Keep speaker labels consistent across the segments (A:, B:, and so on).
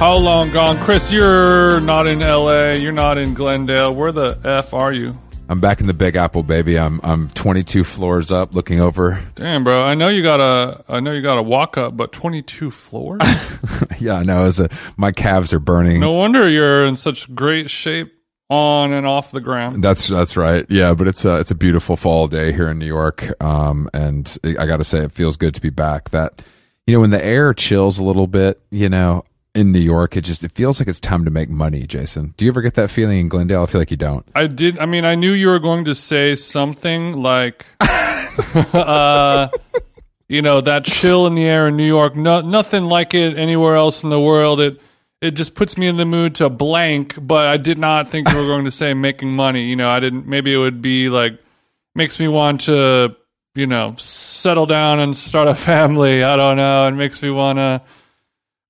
A: How long gone? Chris, you're not in LA. You're not in Glendale. Where the F are you?
B: I'm back in the Big Apple, baby. I'm I'm 22 floors up, looking over.
A: Damn, bro. I know you got a I know you got a walk up, but 22 floors?
B: yeah, I know. It's a, my calves are burning.
A: no wonder you're in such great shape on and off the ground.
B: That's that's right. Yeah, but it's a it's a beautiful fall day here in New York. Um, and I got to say, it feels good to be back. That you know, when the air chills a little bit, you know, in New York, it just it feels like it's time to make money. Jason, do you ever get that feeling in Glendale? I feel like you don't.
A: I did I mean, I knew you were going to say something like uh you know, that chill in the air in New York, no, nothing like it anywhere else in the world. It it just puts me in the mood to blank, but I did not think you were going to say making money. You know, I didn't maybe it would be like makes me want to, you know, settle down and start a family. I don't know. It makes me want to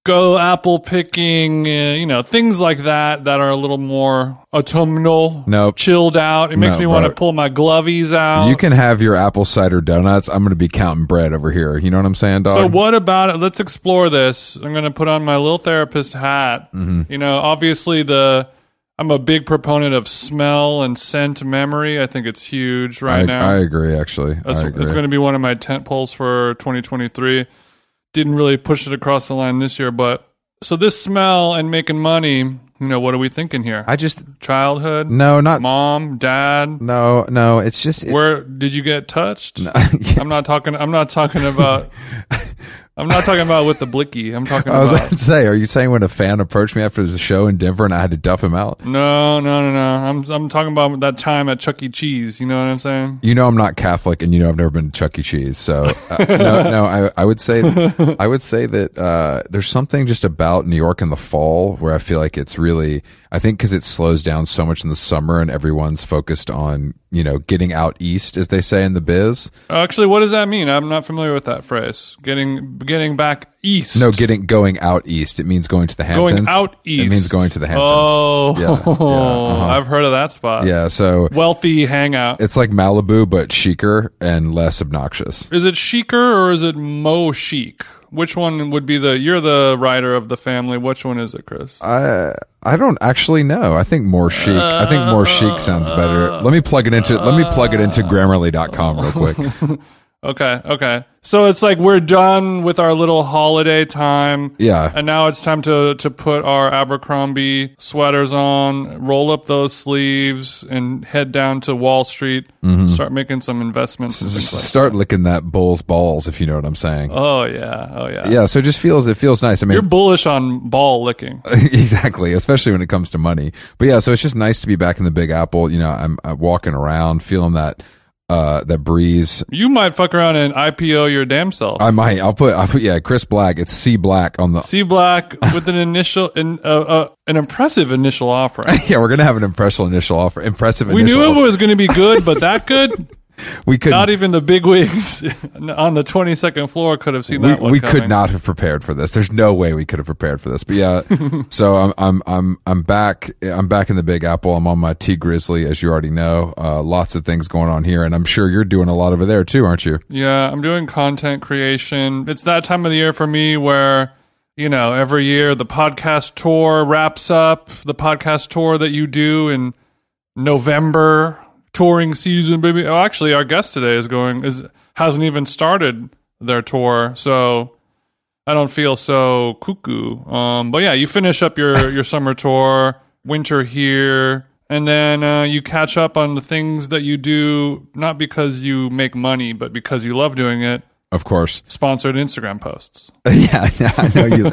A: go apple picking, uh, you know, things like that that are a little more autumnal,
B: Nope.
A: chilled out. It makes
B: No,
A: me want to
B: bro.
A: pull my glovies out.
B: You can have your apple cider donuts. I'm going to be counting bread over here. You know what I'm saying, dog?
A: So what about it? Let's explore this. I'm going to put on my little therapist hat.
B: Mm-hmm.
A: You know, obviously the I'm a big proponent of smell and scent memory. I think it's huge right
B: I,
A: now.
B: I agree. Actually,
A: That's,
B: I agree.
A: that's going to be one of my tent poles for 2023. Didn't really push it across the line this year, but so this smell and making money. You know, what are we thinking here?
B: I Mm. just
A: Childhood,
B: no, not
A: mom, dad.
B: no, no. It's just it-
A: Where did you get touched? I'm not talking. I'm not talking about. I'm not talking about with the blicky. I'm talking
B: I was
A: about.
B: about to say, are you saying when a fan approached me after the show in Denver and I had to duff him out?
A: no, no, no, no. I'm I'm talking about that time at Chuck E. Cheese. You know what I'm saying?
B: You know I'm not Catholic, and you know I've never been to Chuck E. Cheese. So uh, no, no, I, I would say I would say that uh, there's something just about New York in the fall where I feel like it's really I think because it slows down so much in the summer and everyone's focused on you know getting out east as they say in the biz.
A: Actually, what does that mean? I'm not familiar with that phrase. Getting getting back east.
B: No, getting going out east. It means going to the Hamptons.
A: Going out east.
B: It means going to the Hamptons.
A: Oh,
B: Yeah, yeah, uh-huh.
A: I've heard of that spot.
B: Yeah, so
A: Wealthy hangout.
B: it's like Malibu but chicer and less obnoxious.
A: Is it chicer or is it mo chic? Which one would be the? You're the writer of the family. Which one is it, Chris?
B: I I don't actually know. I think more chic. I think more chic sounds better. Let me plug it into let me plug it into grammarly.com real quick.
A: okay, okay. So it's like we're done with our little holiday time.
B: Yeah.
A: And now it's time to to put our Abercrombie sweaters on, roll up those sleeves, and head down to Wall Street.
B: Mm-hmm.
A: Start making some investments. and things like-
B: Start licking that bull's balls if you know what I'm saying.
A: Oh yeah, oh yeah.
B: Yeah, so it just feels it feels nice. I mean,
A: You're bullish on ball licking.
B: exactly, especially when it comes to money. But yeah, so it's just nice to be back in the Big Apple. You know, I'm, i walking around, feeling that uh that breeze.
A: You might fuck around and IPO your damn self.
B: I might. I'll put. I'll put. Yeah, Chris Black. It's C Black on the.
A: C Black with an initial, an, uh, uh, an impressive initial offering.
B: Yeah, we're gonna have an impressive initial offer. Impressive.
A: We
B: initial
A: knew
B: offer.
A: it was going to be good, but that good,
B: We could
A: not even the big wigs on the 22nd floor could have seen
B: we,
A: that one.
B: we
A: coming.
B: could not have prepared for this. There's no way we could have prepared for this. But yeah, so I'm I'm I'm I'm back. I'm back in the Big Apple. I'm on my T Grizzly, as you already know. Uh, lots of things going on here, and I'm sure you're doing a lot over there too, aren't you?
A: Yeah, I'm doing content creation. It's that time of the year for me where, you know, every year the podcast tour wraps up, the podcast tour that you do in November, touring season, baby. Oh, actually, our guest today is going, is hasn't even started their tour. So I don't feel so cuckoo. Um, but yeah, you finish up your, your summer tour, winter here, and then uh, you catch up on the things that you do, not because you make money, but because you love doing it.
B: Of course.
A: Sponsored Instagram posts.
B: yeah, I know you.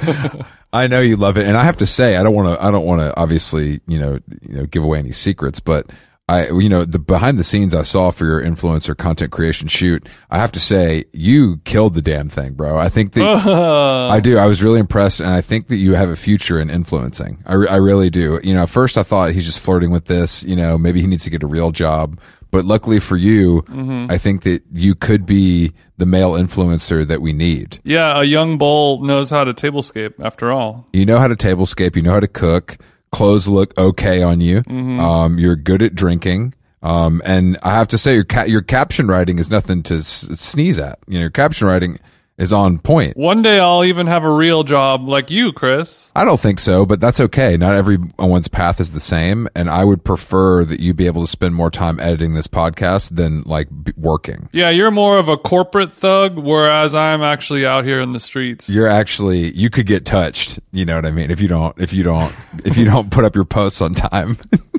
B: I know you love it, and I have to say, I don't want to. I don't want to. Obviously, you know, you know, give away any secrets, but I, you know, the behind the scenes I saw for your influencer content creation shoot. I have to say, you killed the damn thing, bro. I think that I do. I was really impressed, and I think that you have a future in influencing. I, re- I really do. You know, at first I thought he's just flirting with this. You know, maybe he needs to get a real job. But luckily for you, I think that you could be the male influencer that we need.
A: Yeah, a young bull knows how to tablescape after all.
B: You know how to tablescape. You know how to cook. Clothes look okay on you. Um, you're good at drinking. Um, and I have to say, your ca- your caption writing is nothing to s- sneeze at. You know, your caption writing is on point.
A: One day I'll even have a real job like you, Chris.
B: I don't think so, but that's okay. Not everyone's path is the same, and I would prefer that you be able to spend more time editing this podcast than like b- working.
A: Yeah, you're more of a corporate thug, whereas I'm actually out here in the streets.
B: You're actually you could get touched. You know what I mean? If you don't, if you don't, if you don't put up your posts on time.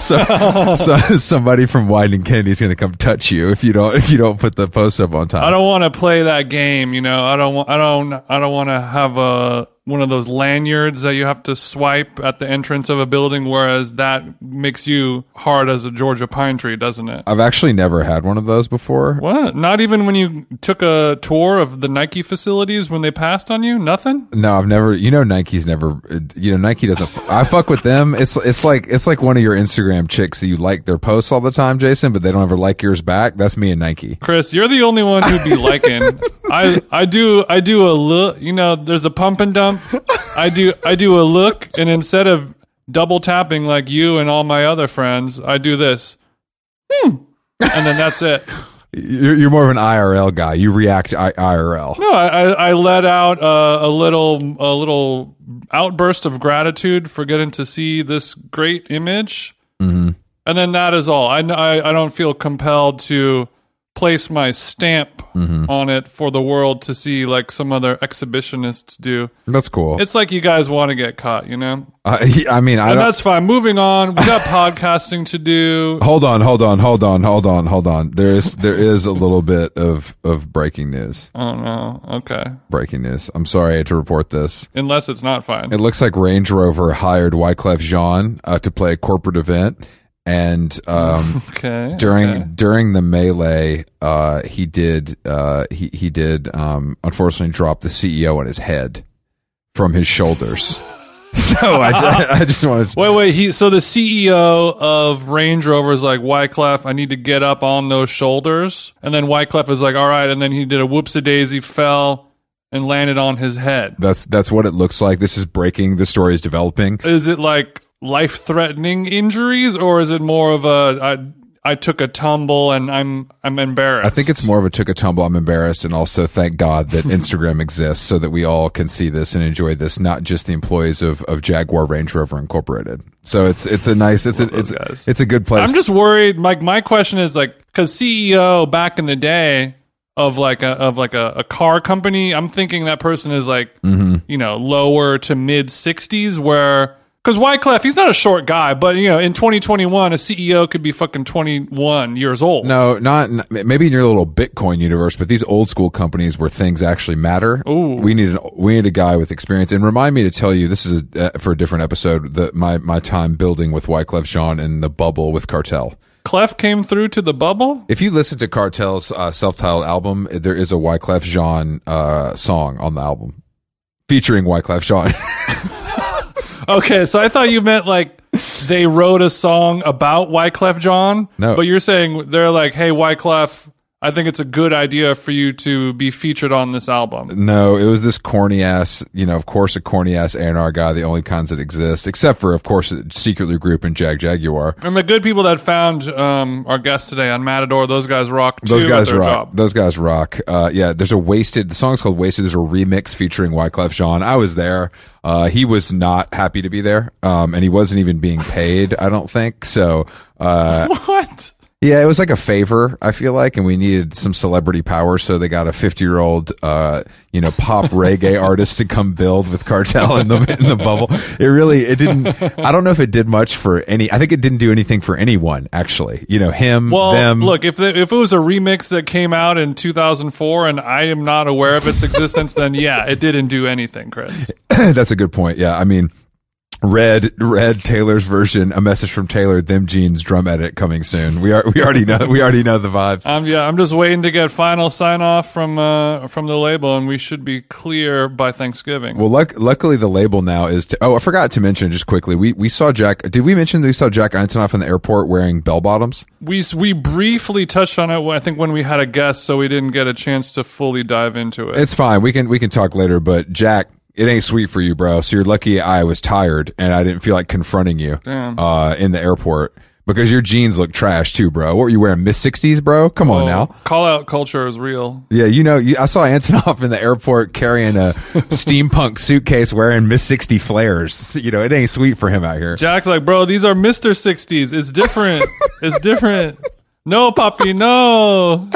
B: so, so somebody from Wyden Kennedy's going to come touch you if you don't if you don't put the post up on time.
A: I don't want to play that game, you know. I don't. wa- I don't. I don't want to have a one of those lanyards that you have to swipe at the entrance of a building. Whereas that makes you hard as a Georgia pine tree, doesn't it?
B: I've actually never had one of those before.
A: What? Not even when you took a tour of the Nike facilities when they passed on you? Nothing?
B: No, I've never. You know, Nike's never. uh, You know, Nike doesn't. f- I fuck with them. It's it's like it's like one of your Instagram chicks that you like their posts all the time, Jason, but they don't ever like yours back. That's me and Nike.
A: Chris, you're the only one who'd be liking. I I do I do a look. You know, there's a pump and dump. I do I do a look, and instead of double tapping like you and all my other friends, I do this. Hmm. And then that's it.
B: You're, you're more of an IRL guy. You react I- IRL.
A: No, I, I, I let out uh, a little a little outburst of gratitude for getting to see this great image,
B: Mm-hmm.
A: and then that is all. I, n- I- I don't feel compelled to place my stamp
B: Mm-hmm.
A: on it for the world to see like some other exhibitionists do.
B: That's cool.
A: It's like you guys want to get caught, you know.
B: I, I mean, I
A: And
B: don't.
A: that's fine. Moving on, we got podcasting to do.
B: Hold on, hold on, hold on, hold on, hold on. There is there is a little bit of of breaking news.
A: Oh no, okay.
B: Breaking news. I'm sorry I had to report this.
A: Unless it's not fine.
B: It looks like Range Rover hired Wyclef Jean uh, to play a corporate event, and um,
A: Okay.
B: during during the melee uh he did uh he he did um unfortunately drop the ceo on his head from his shoulders so i just, i just wanted to
A: Wait, wait. He so the CEO of Range Rover is like Wyclef. I need to get up on those shoulders, and then Wyclef is like, all right. And then he did a whoops a daisy, fell and landed on his head.
B: that's that's what it looks like this is breaking the story is developing
A: Is it like life threatening injuries, or is it more of a I, I took a tumble and I'm I'm embarrassed?
B: i think it's more of a took a tumble i'm embarrassed and also thank god that instagram exists so that we all can see this and enjoy this not just the employees of of jaguar range rover incorporated so it's it's a nice it's a it's
A: guys.
B: it's a good place
A: I'm just worried. Like my question is like because CEO back in the day of like a of like a, a car company, I'm thinking that person is like
B: Mm-hmm.
A: you know lower to mid 60s. Where because Wyclef, he's not a short guy, but you know in 2021, a CEO could be fucking 21 years old.
B: No, not n- maybe in your little Bitcoin universe, but these old school companies where things actually matter. We need an, we need a guy with experience. And remind me to tell you, this is uh, for a different episode. The, my my time building with Wyclef Jean and the bubble with Cartel.
A: Clef came through to the bubble.
B: If you listen to Cartel's uh, self-titled album, there is a Wyclef Jean uh, song on the album featuring Wyclef Jean.
A: Okay, so I thought you meant like. They wrote a song about Wyclef John.
B: No.
A: But you're saying they're like, hey, Wyclef, I think it's a good idea for you to be featured on this album.
B: No, it was this corny ass, you know, of course, a corny ass A&R guy, the only kinds that exist, except for, of course, Secretly Group and Jag Jaguar.
A: And the good people that found um, our guest today on Matador, those guys rock too.
B: Those
A: at
B: guys
A: their
B: rock.
A: job.
B: Those guys rock. Uh, yeah, there's a wasted. The song's called "Wasted." There's a remix featuring Wyclef Jean. I was there. Uh, he was not happy to be there, um, and he wasn't even being paid. I don't think so. Uh,
A: What?
B: yeah, it was like a favor. I feel like, and we needed some celebrity power, so they got a 50 year old, uh, you know, pop reggae artist to come build with Cartel in the in the bubble. It really, it didn't. I don't know if it did much for any. I think it didn't do anything for anyone actually. You know, him,
A: Well,
B: them.
A: look if the, if it was a remix that came out in 2004, and I am not aware of its existence, then yeah, it didn't do anything, Chris.
B: That's a good point. Yeah, I mean, red, red Taylor's version, a message from Taylor, them jeans drum edit coming soon. We are, we already know, we already know the vibe.
A: Um, yeah, I'm just waiting to get final sign off from uh, from the label, and we should be clear by Thanksgiving.
B: Well, luck, luckily the label now is to. Oh, I forgot to mention just quickly. We we saw Jack. Did we mention that we saw Jack Antonoff in the airport wearing bell bottoms?
A: we we briefly touched on it, I think, when we had a guest, so we didn't get a chance to fully dive into it.
B: It's fine. We can we can talk later. But Jack, it ain't sweet for you, bro. So you're lucky I was tired and I didn't feel like confronting you uh, in the airport because your jeans look trash too, bro. What were you wearing? Mid sixties, bro. Come on
A: Oh,
B: now.
A: Call out culture is real.
B: Yeah, you know, you, I saw Antonov in the airport carrying a steampunk suitcase wearing Miss 60 flares. You know, it ain't sweet for him out here.
A: Jack's like, bro, these are Mister Sixties. It's different. it's different. No, puppy, no.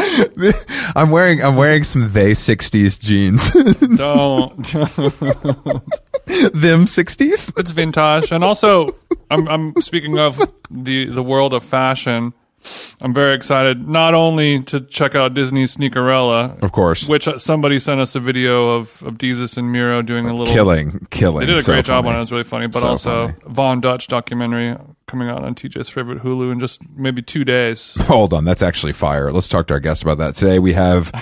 B: I'm wearing I'm wearing some they 60s jeans.
A: Don't.
B: Them 60s?
A: it's vintage. And also, I'm, I'm speaking of the the world of fashion. I'm very excited not only to check out Disney's Sneakerella,
B: Of course.
A: which uh, somebody sent us a video of of Desus and Miro doing a little.
B: killing, killing.
A: They did a
B: so
A: great job
B: funny.
A: on it. It's really funny. But
B: So
A: also
B: funny.
A: Von Dutch documentary coming out on TJ's favorite Hulu in just maybe two days.
B: Hold on, that's actually fire. Let's talk to our guest about that. Today we have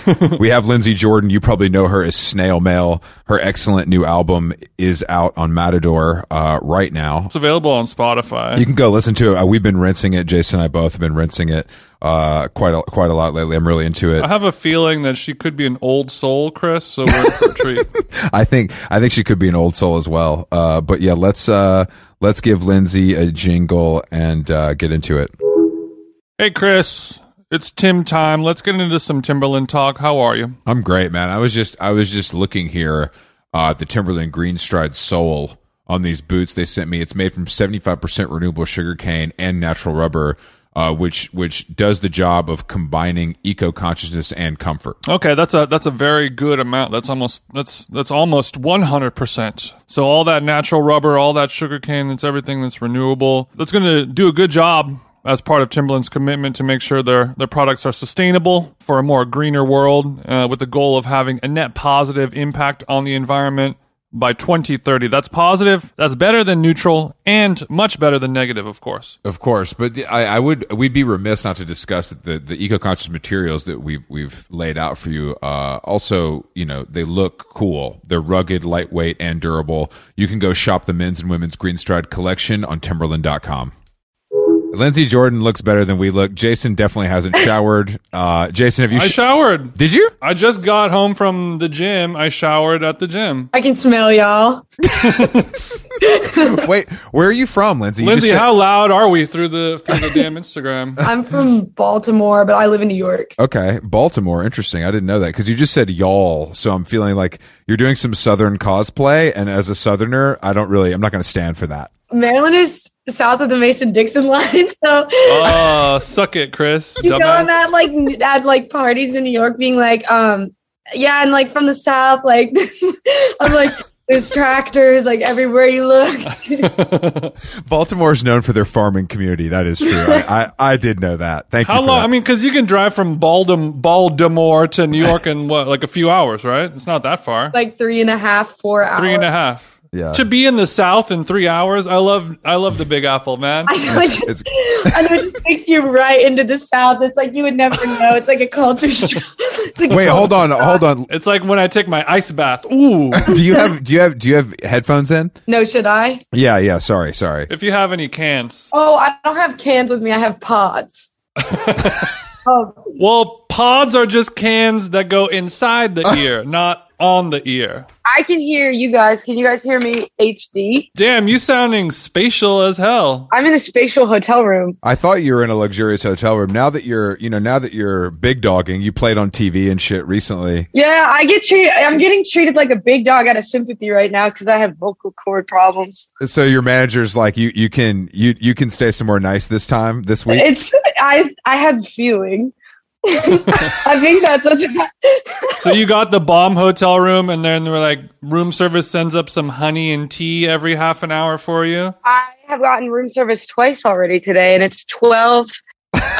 B: we have Lindsay Jordan. You probably know her as Snail Mail. Her excellent new album is out on Matador uh, right now.
A: It's available on Spotify.
B: You can go listen to it. Uh, we've been rinsing it. Jason and I both have been rinsing it uh, quite a, quite a lot lately. I'm really into it.
A: I have a feeling that she could be an old soul, Chris. So we're in for a treat.
B: I think I think she could be an old soul as well. Uh, but yeah, let's uh, let's give Lindsay a jingle and uh, get into it.
A: Hey, Chris, it's Tim time. Let's get into some Timberland talk. How are you?
B: I'm great, man. I was just I was just looking here uh, at the Timberland Greenstride sole on these boots they sent me. It's made from 75% renewable sugarcane and natural rubber, uh, which which does the job of combining eco consciousness and comfort.
A: Okay, that's a that's a very good amount. That's almost that's that's almost one hundred percent. So all that natural rubber, all that sugarcane, that's everything that's renewable. That's going to do a good job as part of Timberland's commitment to make sure their their products are sustainable for a more greener world, uh, with the goal of having a net positive impact on the environment by 2030. That's positive. That's better than neutral, and much better than negative, of course.
B: Of course, but I, I would we'd be remiss not to discuss the the eco conscious materials that we've we've laid out for you. Uh, also, you know they look cool. They're rugged, lightweight, and durable. You can go shop the men's and women's Greenstride collection on Timberland.com. Lindsey Jordan looks better than we look. Jason definitely hasn't showered. Uh, Jason, have you?
A: I
B: Sh-
A: showered.
B: did you?
A: I just got home from the gym. I showered at the gym.
C: I can smell y'all.
B: Wait, where are you from, Lindsey? You
A: Lindsay,
B: just said-
A: how loud are we through the through the damn Instagram?
C: I'm from Baltimore, but I live in New York.
B: Okay, Baltimore. Interesting. I didn't know that because you just said y'all. So I'm feeling like you're doing some Southern cosplay, and as a Southerner, I don't really. I'm not going to stand for that.
C: Maryland is south of the Mason Dixon line, so
A: Oh, suck it, Chris.
C: you know I'm
A: Dumbass.
C: at like n- at like parties in New York, being like, um, yeah, and like from the south, like I'm like, there's tractors like everywhere you look.
B: Baltimore is known for their farming community. That is true. I, I, I did know that. Thank you.
A: How
B: for
A: long?
B: that.
A: I mean, because you can drive from Baldam, Baltimore to New York in what, like a few hours, right? It's not that far.
C: Like three and a half, four hours.
A: three and a half.
B: Yeah.
A: To be in the South in three hours, I love. I love the Big Apple, man.
C: I know, it just, I know it just takes you right into the south. It's like you would never know. It's like a culture shock. It's like a
B: Wait,
C: culture
B: hold on, hold on.
A: It's like when I take my ice bath. Ooh.
B: Do you have do you have do you have headphones in?
C: No, should I?
B: Yeah, yeah. Sorry, sorry.
A: If you have any cans,
C: Oh, I don't have cans with me. I have pods. oh,
A: well, pods are just cans that go inside the ear, not on the ear.
D: I can hear you guys. Can you guys hear me? HD.
A: Damn, you sounding spatial as hell.
D: I'm in a spatial hotel room.
B: I thought you were in a luxurious hotel room. Now that you're, you know, now that you're big dogging, you played on TV and shit recently.
D: Yeah, I get treated. I'm getting treated like a big dog out of sympathy right now because I have vocal cord problems.
B: So your manager's like, you, you can, you, you can stay somewhere nice this time this week.
D: It's I. I had feeling. I think that's what's.
A: So you got the bomb hotel room, and then we're like, room service sends up some honey and tea every half an hour for you.
D: I have gotten room service twice already today, and it's twelve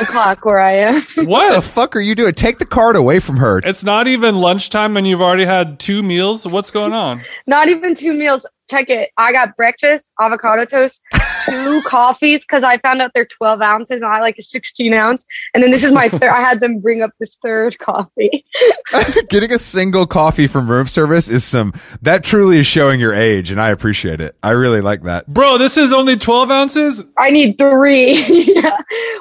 D: o'clock where I am.
B: What the
A: What?
B: fuck are you doing? Take the card away from her.
A: It's not even lunchtime, and you've already had two meals. What's going on?
D: Not even two meals. Check it. I got breakfast, avocado toast, two coffees because I found out they're 12 ounces and I like a 16 ounce. And then this is my third. I had them bring up this third coffee.
B: Getting a single coffee from room service is some that truly is showing your age, and I appreciate it. I really like that.
A: Bro, this is only 12 ounces?
D: I need three. yeah.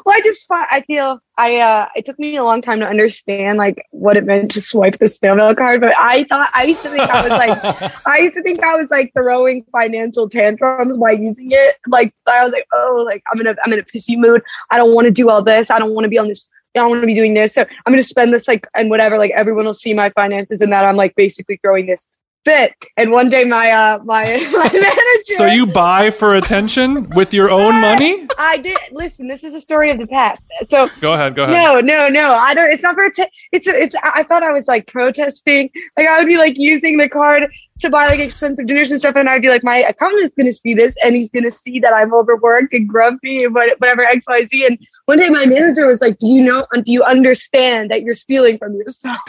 D: Well, I just fi- I feel I uh it took me a long time to understand like what it meant to swipe the snail mail card, but I thought I used to think I was like I used to think I was like the throwing financial tantrums by using it. Like I was like, oh, like I'm in a I'm in a pissy mood. I don't want to do all this. I don't want to be on this. I don't want to be doing this. So I'm gonna spend this like and whatever. Like everyone will see my finances and that I'm like basically throwing this fit. And one day my uh my my manager.
A: So you buy for attention with your own money?
D: I did listen. This is a story of the past. So
A: Go ahead, go ahead.
D: no, no, no. I don't. It's not for. T- it's. It's. I I thought I was like protesting. Like I would be like using the card to buy like expensive dinners and stuff, and I'd be like, my accountant's gonna see this, and he's gonna see that I'm overworked and grumpy and what- whatever X Y Z. And one day, my manager was like, "Do you know? Do you understand that you're stealing from yourself?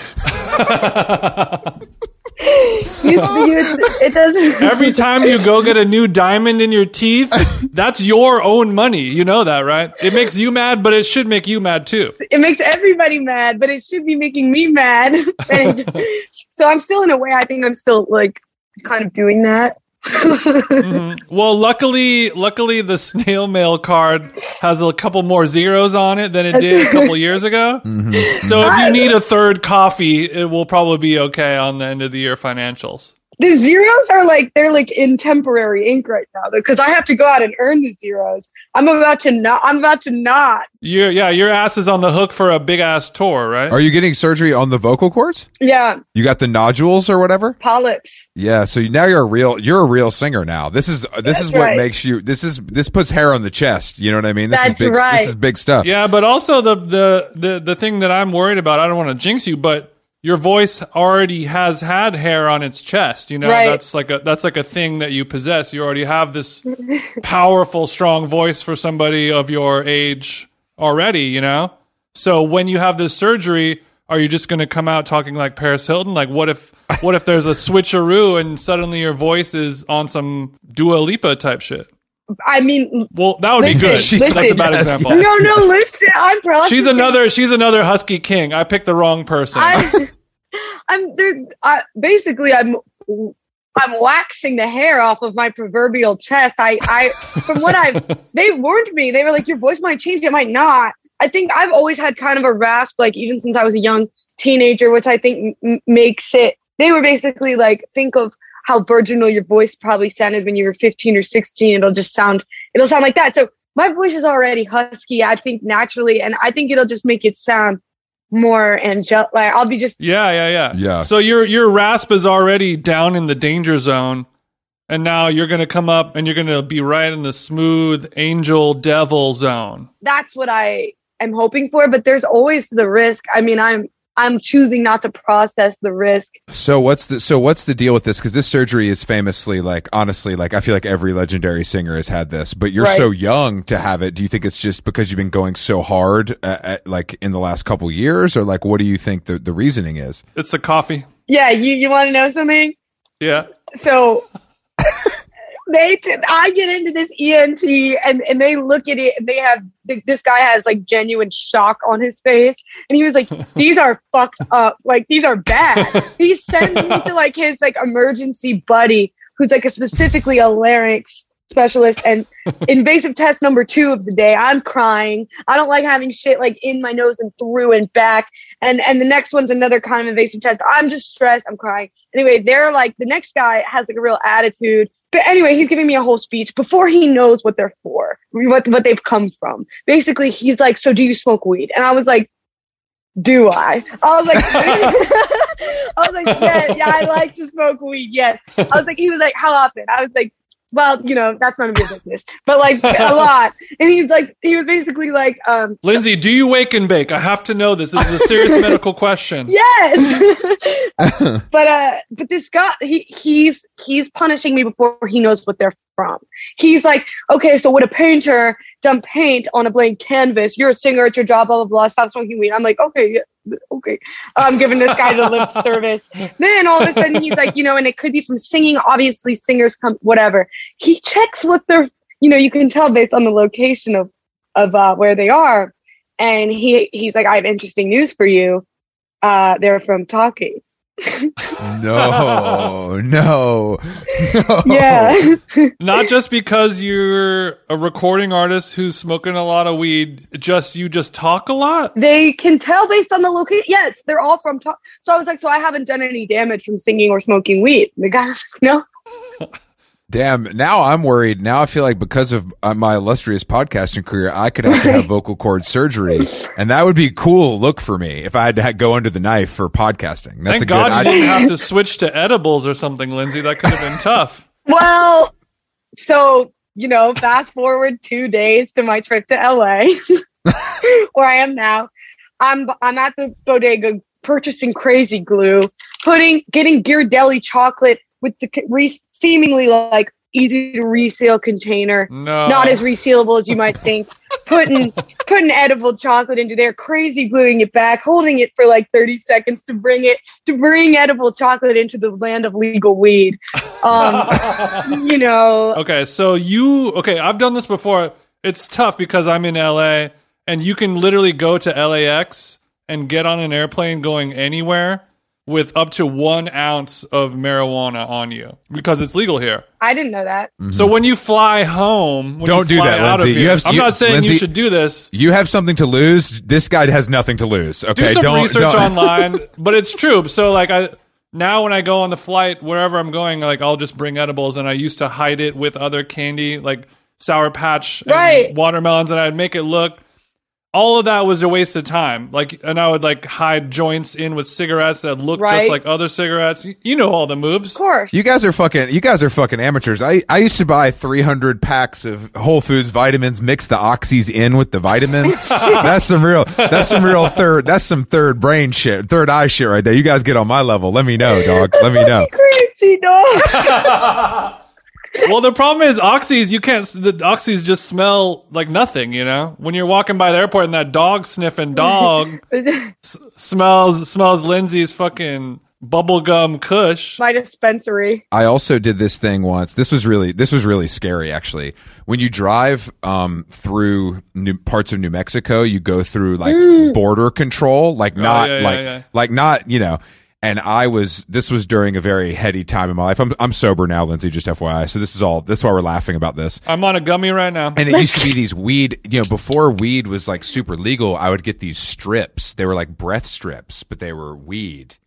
D: you, you, it doesn't."
A: Every time you go get a new diamond in your teeth, that's your own money. You know that, right? It makes you mad, but it should make you mad too.
D: it makes everybody mad, but it should be making me mad. And so I'm still in a way. I think I'm still like kind of doing that.
A: Mhm. Well, luckily, luckily the snail mail card has a couple more zeros on it than it did a couple years ago.
B: Mhm.
A: So if you need a third coffee, it will probably be okay on the end of the year financials.
D: the zeros are like they're like in temporary ink right now because I have to go out and earn the zeros. I'm about to not. I'm about to not.
A: You're, yeah, your ass is on the hook for a big ass tour, right?
B: Are you getting surgery on the vocal cords?
D: Yeah,
B: You got the nodules or whatever?
D: polyps.
B: Yeah. So you- now you're a real you're a real singer now. This is uh, this
D: That's
B: is what
D: right.
B: makes you. This is this puts hair on the chest. You know what I mean? This
D: That's
B: is big,
D: right.
B: This is big stuff.
A: Yeah, but also the, the the the thing that I'm worried about. I don't want to jinx you, but your voice already has had hair on its chest. You know,
D: Right.
A: that's like a that's like a thing that you possess. You already have this powerful, strong voice for somebody of your age already. You know, so when you have this surgery. Are you just going to come out talking like Paris Hilton? Like, what if, what if there's a switcheroo and suddenly your voice is on some Dua Lipa type shit?
D: I mean,
A: Well, that would be
D: Listen,
A: good.
D: She's-
A: That's a bad
B: yes,
A: example.
B: yes.
D: no, no. Listen, I'm proud.
A: She's another. She's another husky king. I picked the wrong person.
D: I'm, I'm there. I, basically, I'm I'm waxing the hair off of my proverbial chest. I, I from what I've, they warned me. They were like, your voice might change. It might not. I think I've always had kind of a rasp, like even since I was a young teenager, which I think m- m- makes it. They were basically like, think of how virginal your voice probably sounded when you were 15 or 16. It'll just sound, it'll sound like that. So my voice is already husky, I think naturally, and I think it'll just make it sound more angelic. Like I'll be just
A: yeah, yeah, yeah,
B: Yeah.
A: So your your rasp is already down in the danger zone, and now you're gonna come up and you're gonna be right in the smooth angel devil zone.
D: that's what I am hoping for. But there's always the risk. I mean, I'm I'm choosing not to process the risk.
B: So what's the so what's the deal with this? Because this surgery is famously like honestly like I feel like every legendary singer has had this, but you're
D: Right.
B: so young to have it. Do you think it's just because you've been going so hard uh at, like in the last couple years, or like what do you think the the reasoning is?
A: It's the coffee.
D: Yeah, you you want to know something?
A: Yeah.
D: So they t- I get into this ENT and and they look at it and they have th- this guy has like genuine shock on his face and he was like these are fucked up like these are bad. he sends me to like his like emergency buddy who's like a specifically a larynx specialist and invasive test number two of the day i'm crying i don't like having shit like in my nose and through and back and and the next one's another kind of invasive test i'm just stressed i'm crying anyway they're like the next guy has like a real attitude but anyway he's giving me a whole speech before he knows what they're for what what they've come from basically he's like so do you smoke weed and i was like do I? I was like, I was like, yeah, yeah, I like to smoke weed. Yes. I was like, he was like, how often? I was like, well, you know, that's none of your business, but like a lot. And he's like, he was basically like, um,
A: Lindsay, do you wake and bake? I have to know this. This is a serious medical question.
D: yes. but uh, but this guy, he he's he's punishing me before he knows what they're from. He's like, okay, so would a painter dump paint on a blank canvas? You're a singer, it's your job, blah blah blah. Stop smoking weed. I'm like, okay, yeah, okay. I'm giving this guy the lip service. Then all of a sudden he's like, you know, and it could be from singing. Obviously, singers come, whatever. He checks what they're, you know, you can tell based on the location of of uh, where they are. And he he's like, I have interesting news for you. Uh, they're from Taki.
B: No, no, no.
D: Yeah.
A: Not just because you're a recording artist who's smoking a lot of weed. Just you just talk a lot.
D: They can tell based on the location. Yes, they're all from. Ta- so I was like, so I haven't done any damage from singing or smoking weed. And the guy was like, no.
B: Damn, now I'm worried. Now I feel like because of uh, my illustrious podcasting career, I could have to have vocal cord surgery. And that would be a cool look for me if I had to ha- go under the knife for podcasting. That's a
A: Thank
B: good
A: God
B: I-
A: you didn't have to switch to edibles or something, Lindsay. That could have been tough.
D: Well, so, you know, fast forward two days to my trip to LA, where I am now. I'm I'm at the bodega purchasing crazy glue, putting getting Ghirardelli chocolate with the c- re- seemingly like easy to reseal container,
A: No.
D: not as resealable as you might think. putting putting edible chocolate into there, crazy gluing it back, holding it for like 30 seconds to bring it to bring edible chocolate into the land of legal weed. Um, you know,
A: Okay, so you okay, I've done this before. It's tough because I'm in LA and you can literally go to LAX and get on an airplane going anywhere with up to one ounce of marijuana on you because it's legal here.
D: I didn't know that.
A: So when you fly home, when
B: Mm-hmm. Don't
A: you
B: do
A: fly
B: that,
A: out of
B: Lindsay. You
A: here-
B: have-
A: I'm
B: you-
A: not saying
B: Lindsay-
A: you should do this.
B: you have something to lose. This guy has nothing to lose.
A: Do
B: Okay,
A: some
B: don't
A: research
B: don't-
A: online, but it's true. So like I now when I go on the flight wherever I'm going, like I'll just bring edibles and I used to hide it with other candy like sour patch and
D: Right.
A: watermelons and I'd make it look all of that was a waste of time. Like and I would like hide joints in with cigarettes that looked just
D: Right.
A: like other cigarettes. You, you know all the moves.
D: Of course.
B: You guys are fucking. You guys are fucking amateurs. I I used to buy 300 packs of Whole Foods vitamins, mix the oxys in with the vitamins. that's some real. That's some real third. That's some third brain shit, third eye shit right there. You guys get on my level. Let me know, dog. Let me know.
D: crazy dog.
A: well, the problem is oxys. You can't. The oxys just smell like nothing. You know, when you're walking by the airport and that dog sniffing dog s- smells smells Lindsay's fucking bubblegum Kush.
D: My dispensary.
B: I also did this thing once. This was really this was really scary actually. When you drive um, through new parts of New Mexico, you go through like border control, like not
A: Oh, yeah, yeah,
B: like
A: yeah.
B: like not you know. And I was this was during a very heady time in my life. I'm I'm sober now, Lindsay. Just FYI. So this is all. That's why we're laughing about this.
A: I'm on a gummy right now.
B: And it used to be these weed, you know, before weed was like super legal, I would get these strips. They were like breath strips, but they were weed.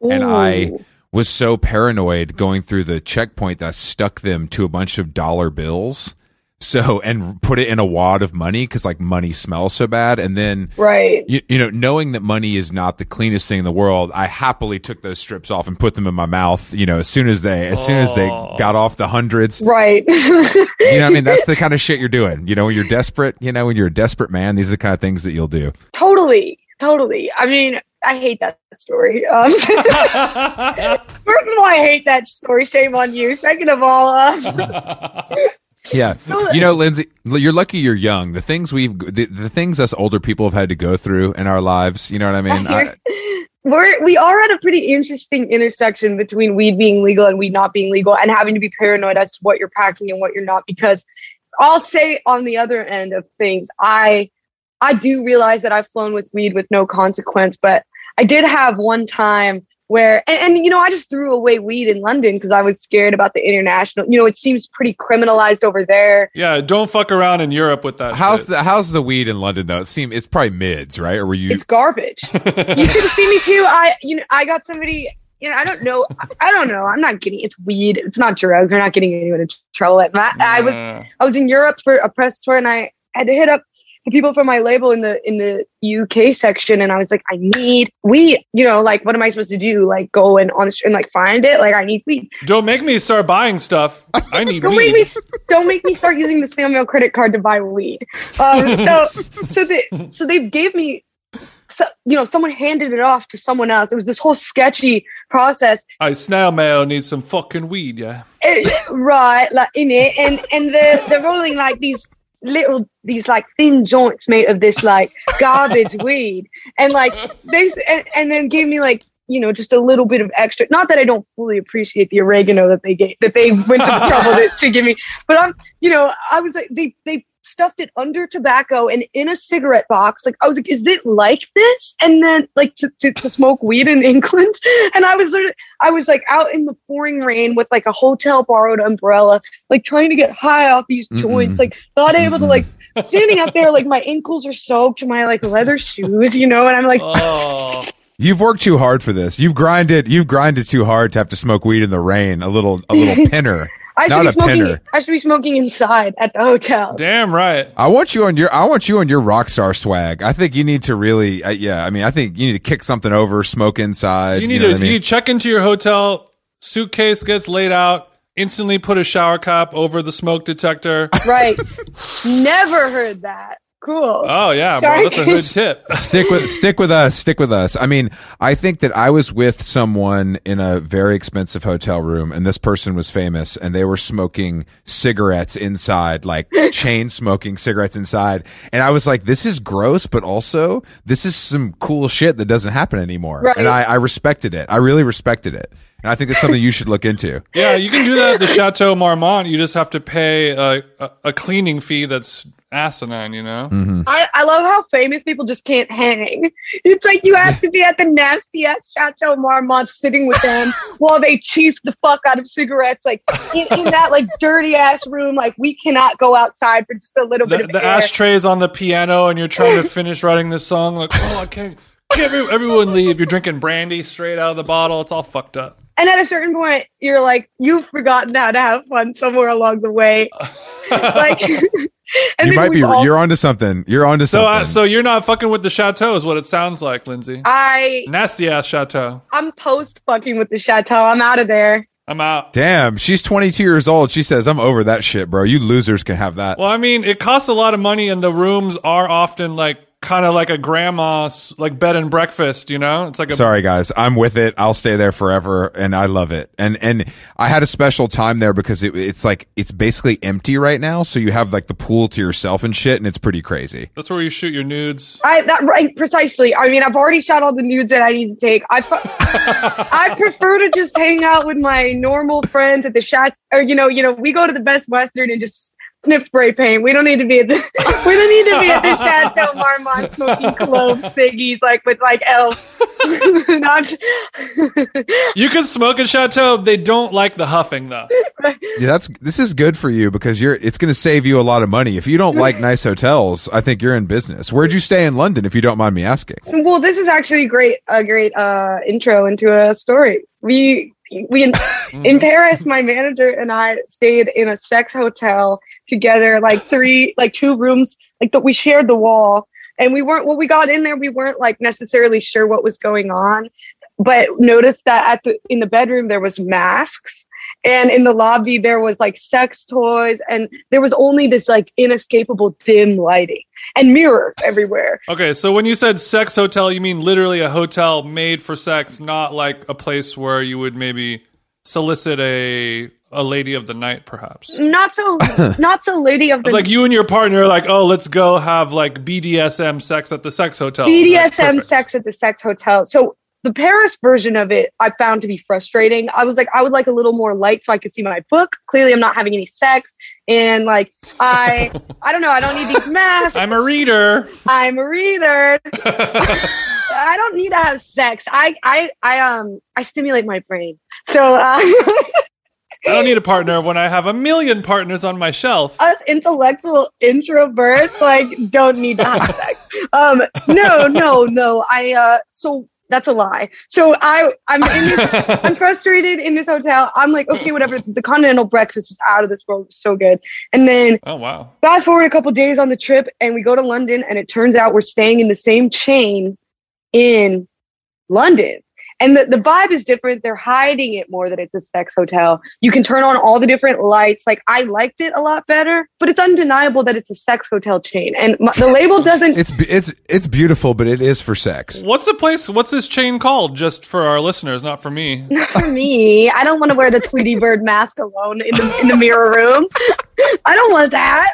B: And I was so paranoid going through the checkpoint that I stuck them to a bunch of dollar bills. So, and put it in a wad of money because like money smells so bad. And then
D: Right.
B: you, you know, knowing that money is not the cleanest thing in the world, I happily took those strips off and put them in my mouth. You know, as soon as they, as soon as they
A: Oh.
B: got off the hundreds, you
D: Right.
B: know, what I mean, that's the kind of shit you're doing. You know, when you're desperate, you know, when you're a desperate man, these are the kind of things that you'll do.
D: totally. Totally. I mean, I hate that story. Um, first of all, I hate that story. Shame on you. Second of all, uh,
B: Yeah, you know, Lindsay, you're lucky you're young. The things we've, the, the things us older people have had to go through in our lives. You know what I mean? I,
D: we're we are at a pretty interesting intersection between weed being legal and weed not being legal, and having to be paranoid as to what you're packing and what you're not. Because I'll say on the other end of things, I I do realize that I've flown with weed with no consequence, but I did have one time where and, and you know I just threw away weed in London because I was scared about the international. You know, it seems pretty criminalized over there.
A: yeah, don't fuck around in Europe with that.
B: how's
A: shit.
B: the how's the weed in London though? It seems it's probably mids, right? Or were you?
D: It's garbage. you should have seen me too. I you know I got somebody. You know I don't know. I don't know. I'm not getting. It's weed. It's not drugs. We're not getting anyone in trouble. At my, I was
A: Nah.
D: I was in Europe for a press tour, and I had to hit up the people from my label in the in the UK section, and I was like, I need weed. You know, like what am I supposed to do? Like go and on the street and like find it? Like I need weed.
A: Don't make me start buying stuff. I need
D: Don't
A: weed.
D: make me don't make me start using this family credit card to buy weed. Um, so so they so they gave me so you know someone handed it off to someone else. It was this whole sketchy process,
A: I snail mail needs some fucking weed. Yeah.
D: eh, right? Like in it, and and they're they're rolling like these little these like thin joints made of this like garbage weed, and like they s- and, and then gave me like. You know, just a little bit of extra. Not that I don't fully appreciate the oregano that they gave, that they went to the trouble to, to give me. But I'm, you know, I was like, they they stuffed it under tobacco and in a cigarette box. Like I was like, is it like this? And then like to, to, to smoke weed in England. And I was literally- I was like out in the pouring rain with like a hotel borrowed umbrella, like trying to get high off these
B: Mm-mm.
D: joints, like not able to
B: Mm-mm.
D: like standing out there like my ankles are soaked, my like leather shoes, you know, and I'm like,
A: Oh.
B: You've worked too hard for this. You've grinded. You've grinded too hard to have to smoke weed in the rain. A little, a little pinner.
D: I should
B: Not
D: be
B: a
D: smoking.
B: pinner.
D: I should be smoking inside at the hotel.
A: Damn right.
B: I want you on your I want you on your rock star swag. I think you need to really uh, yeah. I mean, I think you need to kick something over, smoke inside.
A: You need
B: know
A: to
B: what I mean?
A: you check into your hotel, suitcase gets laid out, instantly put a shower cap over the smoke detector.
D: Right. Never heard that. Cool.
A: Oh yeah,
D: Sorry,
A: bro, that's a good tip.
B: stick with stick with us stick with us i mean i think that i was with someone in a very expensive hotel room and this person was famous and they were smoking cigarettes inside like chain smoking cigarettes inside and i was like this is gross but also this is some cool shit that doesn't happen anymore
D: Right.
B: and I, I respected it i really respected it and i think it's something you should look into
A: Yeah, you can do that at the Chateau Marmont. You just have to pay a, a, a cleaning fee that's asinine, you know?
D: I, I love how famous people just can't hang. It's like you have to be at the nasty ass Chateau Marmont sitting with them while they chief the fuck out of cigarettes, like in, in that like dirty ass room. Like we cannot go outside for just a little
A: The,
D: bit of
A: the
D: air.
A: ashtray's on the piano and you're trying to finish writing this song. Like, oh, I can't. can't every- everyone leave. You're drinking brandy straight out of the bottle. It's all fucked up.
D: and at a certain point, you're like you've forgotten how to have fun somewhere along the way. like, and
B: you
D: then
B: might be
D: we've all-
B: you're onto something you're onto
A: So,
B: something
A: uh, so you're not fucking with the Chateau, is what it sounds like, Lindsay.
D: I
A: Nasty ass Chateau.
D: I'm post fucking with the Chateau. I'm out of there.
A: I'm out.
B: damn she's 22 years old she says i'm over that shit bro you losers can have that
A: Well, I mean, it costs a lot of money, and the rooms are often like kind of like a grandma's like bed and breakfast. You know, it's like a
B: Sorry guys, I'm with it. I'll stay there forever, and I love it. And and I had a special time there because it, it's like it's basically empty right now, so you have like the pool to yourself and shit, and it's pretty crazy.
A: that's where you shoot your nudes.
D: I that right precisely. I mean, I've already shot all the nudes that I need to take. I fu- I prefer to just hang out with my normal friends at the shot, or you know, you know, we go to the Best Western and just snip spray paint. We don't need to be at the we don't need to be at the Chateau Marmont smoking clove ciggies like with like elves. Not
A: You can smoke at Chateau. They don't like the huffing though.
B: Yeah, that's this is good for you because you're it's going to save you a lot of money. If you don't like nice hotels, I think you're in business. Where'd you stay in London, if you don't mind me asking?
D: well. This is actually a great a great uh, intro into a story. We we in,
A: Mm-hmm. Mm.
D: in Paris, my manager and I stayed in a sex hotel together, like three, like two rooms, like that we shared the wall. And we weren't, when we got in there, we weren't like necessarily sure what was going on, but noticed that at the, in the bedroom, there was masks and in the lobby, there was like sex toys and there was only this like inescapable dim lighting and mirrors everywhere.
A: Okay, so when you said sex hotel, you mean literally a hotel made for sex, not like a place where you would maybe solicit a a lady of the night, perhaps.
D: Not so, not so lady of the
A: It's like you and your partner are like, oh, let's go have like BDSM sex at the sex hotel. That's
D: BDSM
A: perfect.
D: sex at the sex hotel. So the Paris version of it, I found to be frustrating. I was like, I would like a little more light so I could see my book. Clearly, I'm not having any sex, and like, I, I don't know, I don't need these masks.
A: I'm a reader.
D: I'm a reader. I don't need to have sex. I, I, I, um, I stimulate my brain. So uh,
A: I don't need a partner when I have a million partners on my shelf.
D: us intellectual introverts like don't need to have sex. Um, no, no, no. I uh, so that's a lie. So I, I'm in this I'm frustrated in this hotel. I'm like, okay, whatever. The continental breakfast was out of this world. It was so good. And then
A: oh wow.
D: fast forward a couple days on the trip, and we go to London, and it turns out we're staying in the same chain in London. And the, the vibe is different. They're hiding it more that it's a sex hotel. You can turn on all the different lights. Like, I liked it a lot better, but it's undeniable that it's a sex hotel chain. And my, the label doesn't.
B: It's be- it's it's beautiful, but it is for sex.
A: What's the place? What's this chain called? Just for our listeners, not for me.
D: Not for me. I don't want to wear the Tweety Bird mask alone in the, in the mirror room. I don't want that.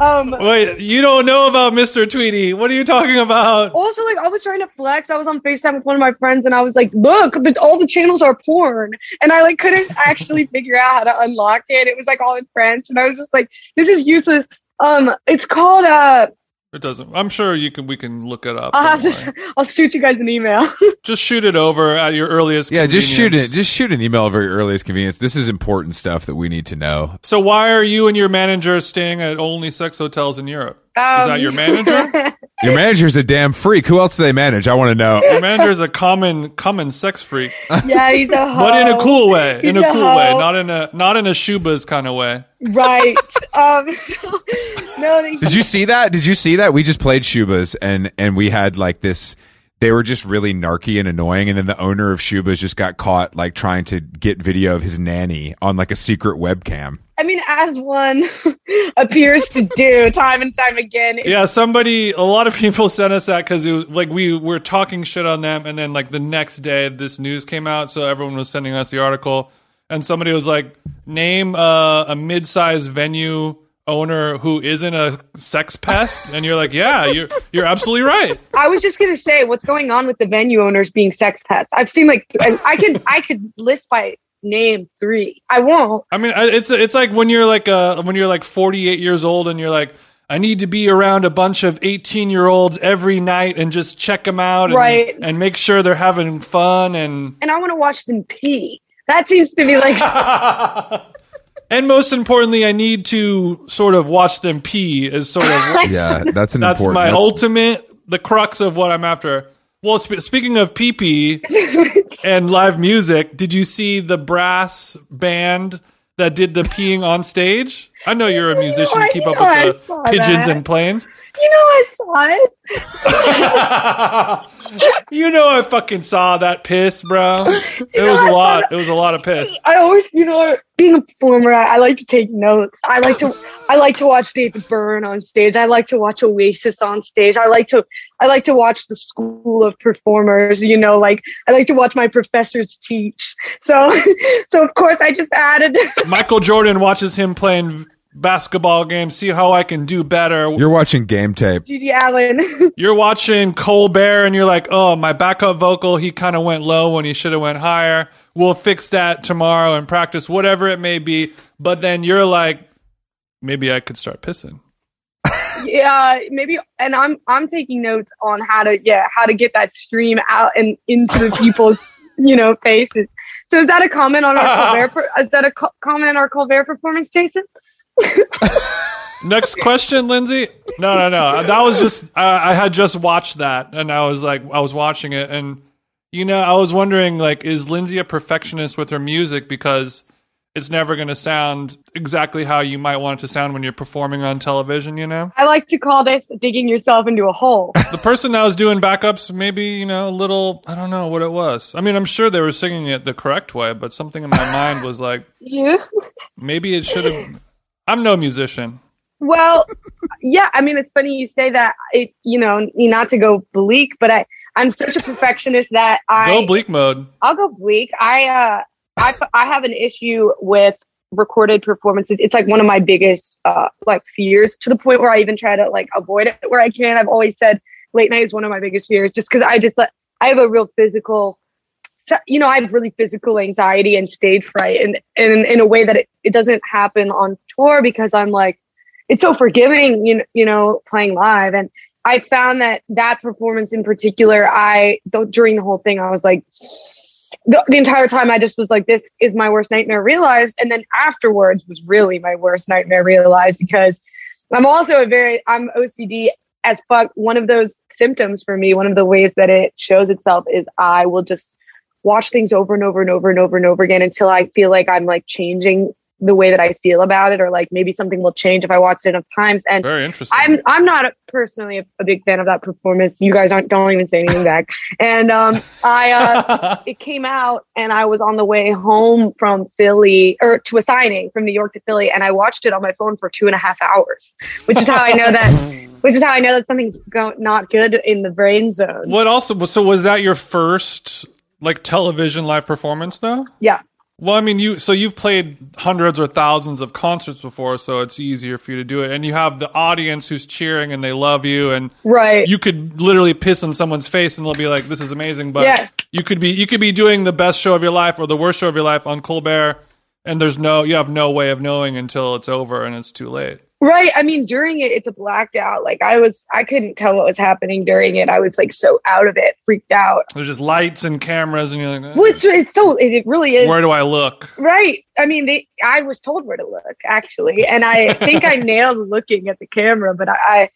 D: Um,
A: Wait, you don't know about Mr. Tweety. What are you talking about?
D: also, like, I was trying to flex. I was on FaceTime with one of my friends, and I was like, "Look, the, all the channels are porn," and I like couldn't actually figure out how to unlock it. It was like all in French, and I was just like, "This is useless." Um, it's called. Uh,
A: It doesn't. I'm sure you can. We can look it up.
D: I'll have
A: Don't worry.
D: to. I'll shoot you guys an email.
A: Just shoot it over at your earliest.
B: Yeah, just shoot it.
A: convenience.
B: Just shoot an email very early as convenience. This is important stuff that we need to know.
A: so,
D: Um,
A: why are you and your manager staying at only sex hotels in Europe? Is that your manager?
B: Your manager's a damn freak. Who else do they manage? I want to know.
A: Your manager's a common common sex freak,
D: Yeah, he's a hoe.
A: but in a cool way. In
D: Oh. He's
A: a
D: a
A: cool way,
D: hoe.
A: not in a not in a Shuba's kind of way.
D: Right. um, so- no, he-
B: Did you see that? Did you see that? We just played Shubas and and we had like this they were just really narky and annoying and then the owner of Shubas just got caught like trying to get video of his nanny on like a secret webcam.
D: I mean, as one appears to do time and time again.
A: Yeah, somebody, a lot of people sent us that because it was like we were talking shit on them, and then like the next day this news came out, so everyone was sending us the article, and somebody was like, "Name uh, a mid-sized venue owner who isn't a sex pest," and you're like, "Yeah, you're you're absolutely right."
D: I was just gonna say, what's going on with the venue owners being sex pests? I've seen like I, I could I could list by name three. I won't.
A: I mean, I- it's it's like when you're like uh when you're like 48 years old and you're like. I need to be around a bunch of 18 year olds every night and just check them out and,
D: Right.
A: and make sure they're having fun and
D: And I want to watch them pee. That seems to be like
A: and most importantly, I need to sort of watch them pee. Is sort of
B: Yeah, that's an
A: that's
B: important
A: my
B: that's-
A: ultimate, the crux of what I'm after. Well, sp- speaking of pee pee and live music, did you see the brass band that did the peeing on stage? I know you're a musician.
D: I
A: keep up
D: know I
A: with the
D: saw
A: pigeons
D: that.
A: and planes.
D: you know I saw it.
A: You know, I fucking saw that piss, bro. It was
D: I
A: a
D: saw
A: lot.
D: that.
A: It was a lot of piss.
D: I always, you know, being a performer, I, I like to take notes. I like to, I like to watch David Byrne on stage. I like to watch Oasis on stage. I like to, I like to watch the school of performers. You know, like I like to watch my professors teach. So, so of course, I just added.
A: Michael Jordan watches him playing basketball games. See how I can do better.
B: You're watching game tape.
D: Gigi Allen.
A: You're watching Colbert and you're like, oh, my backup vocal, he kind of went low when he should have went higher. We'll fix that tomorrow and practice, whatever it may be. But then you're like, maybe I could start pissing.
D: yeah, maybe. And I'm, I'm taking notes on how to, yeah, how to get that stream out and into the people's, you know, faces. So is that a comment on our Colbert? per- Is that a co- comment on our Colbert performance, Jason?
A: Next question, Lindsay. No, no, no. That was just I, I had just watched that, and I was like, I was watching it, and you know, I was wondering like, is Lindsay a perfectionist with her music because it's never going to sound exactly how you might want it to sound when you're performing on television? You know,
D: I like to call this digging yourself into a hole.
A: the person that was doing backups, maybe you know, a little. I don't know what it was. I mean, I'm sure they were singing it the correct way, but something in my mind was like,
D: you?
A: maybe it should have. I'm no musician.
D: Well, yeah. I mean, it's funny you say that. It, you know, not to go bleak, but I, I'm such a perfectionist that I
A: Go bleak mode.
D: I'll go bleak. I uh, I I have an issue with recorded performances. It's like one of my biggest uh like fears to the point where I even try to like avoid it where I can. I've always said late night is one of my biggest fears just because I just like I have a real physical. so- You know, I have really physical anxiety and stage fright, and, and in a way that it, it doesn't happen on tour because I'm like, it's so forgiving, you know, you know, playing live. And I found that that performance in particular, I th- during the whole thing, I was like, the, the entire time I just was like, this is my worst nightmare realized. And then afterwards was really my worst nightmare realized because I'm also a very, I'm OCD as fuck. One of those symptoms for me, one of the ways that it shows itself is I will just watch things over and over and over and over and over again until I feel like I'm like changing the way that I feel about it or like maybe something will change if I watch it enough times. And
A: Very interesting.
D: I'm I'm not a- personally a, a big fan of that performance. You guys aren't don't even say anything back. And um, I uh, it came out, and I was on the way home from Philly or to a signing from New York to Philly, and I watched it on my phone for two and a half hours, which is how I know that which is how I know that something's go- not good in the brain zone.
A: What also? So was that your first like television live performance though?
D: Yeah.
A: Well, I mean, you so you've played hundreds or thousands of concerts before, so it's easier for you to do it, and you have the audience who's cheering and they love you, and
D: Right.
A: you could literally piss in someone's face and they'll be like, "This is amazing," but
D: Yeah.
A: you could be you could be doing the best show of your life or the worst show of your life on Colbert, and there's no you have no way of knowing until it's over and it's too late.
D: Right. I mean, during it, it's a blackout. Like I was, I couldn't tell what was happening during it. I was like so out of it, freaked out.
A: There's just lights and cameras, and you're like,
D: Which it's so it, it really is.
A: "Where do I look?"
D: Right. I mean, they, I was told where to look actually, and I think I nailed looking at the camera, but I, I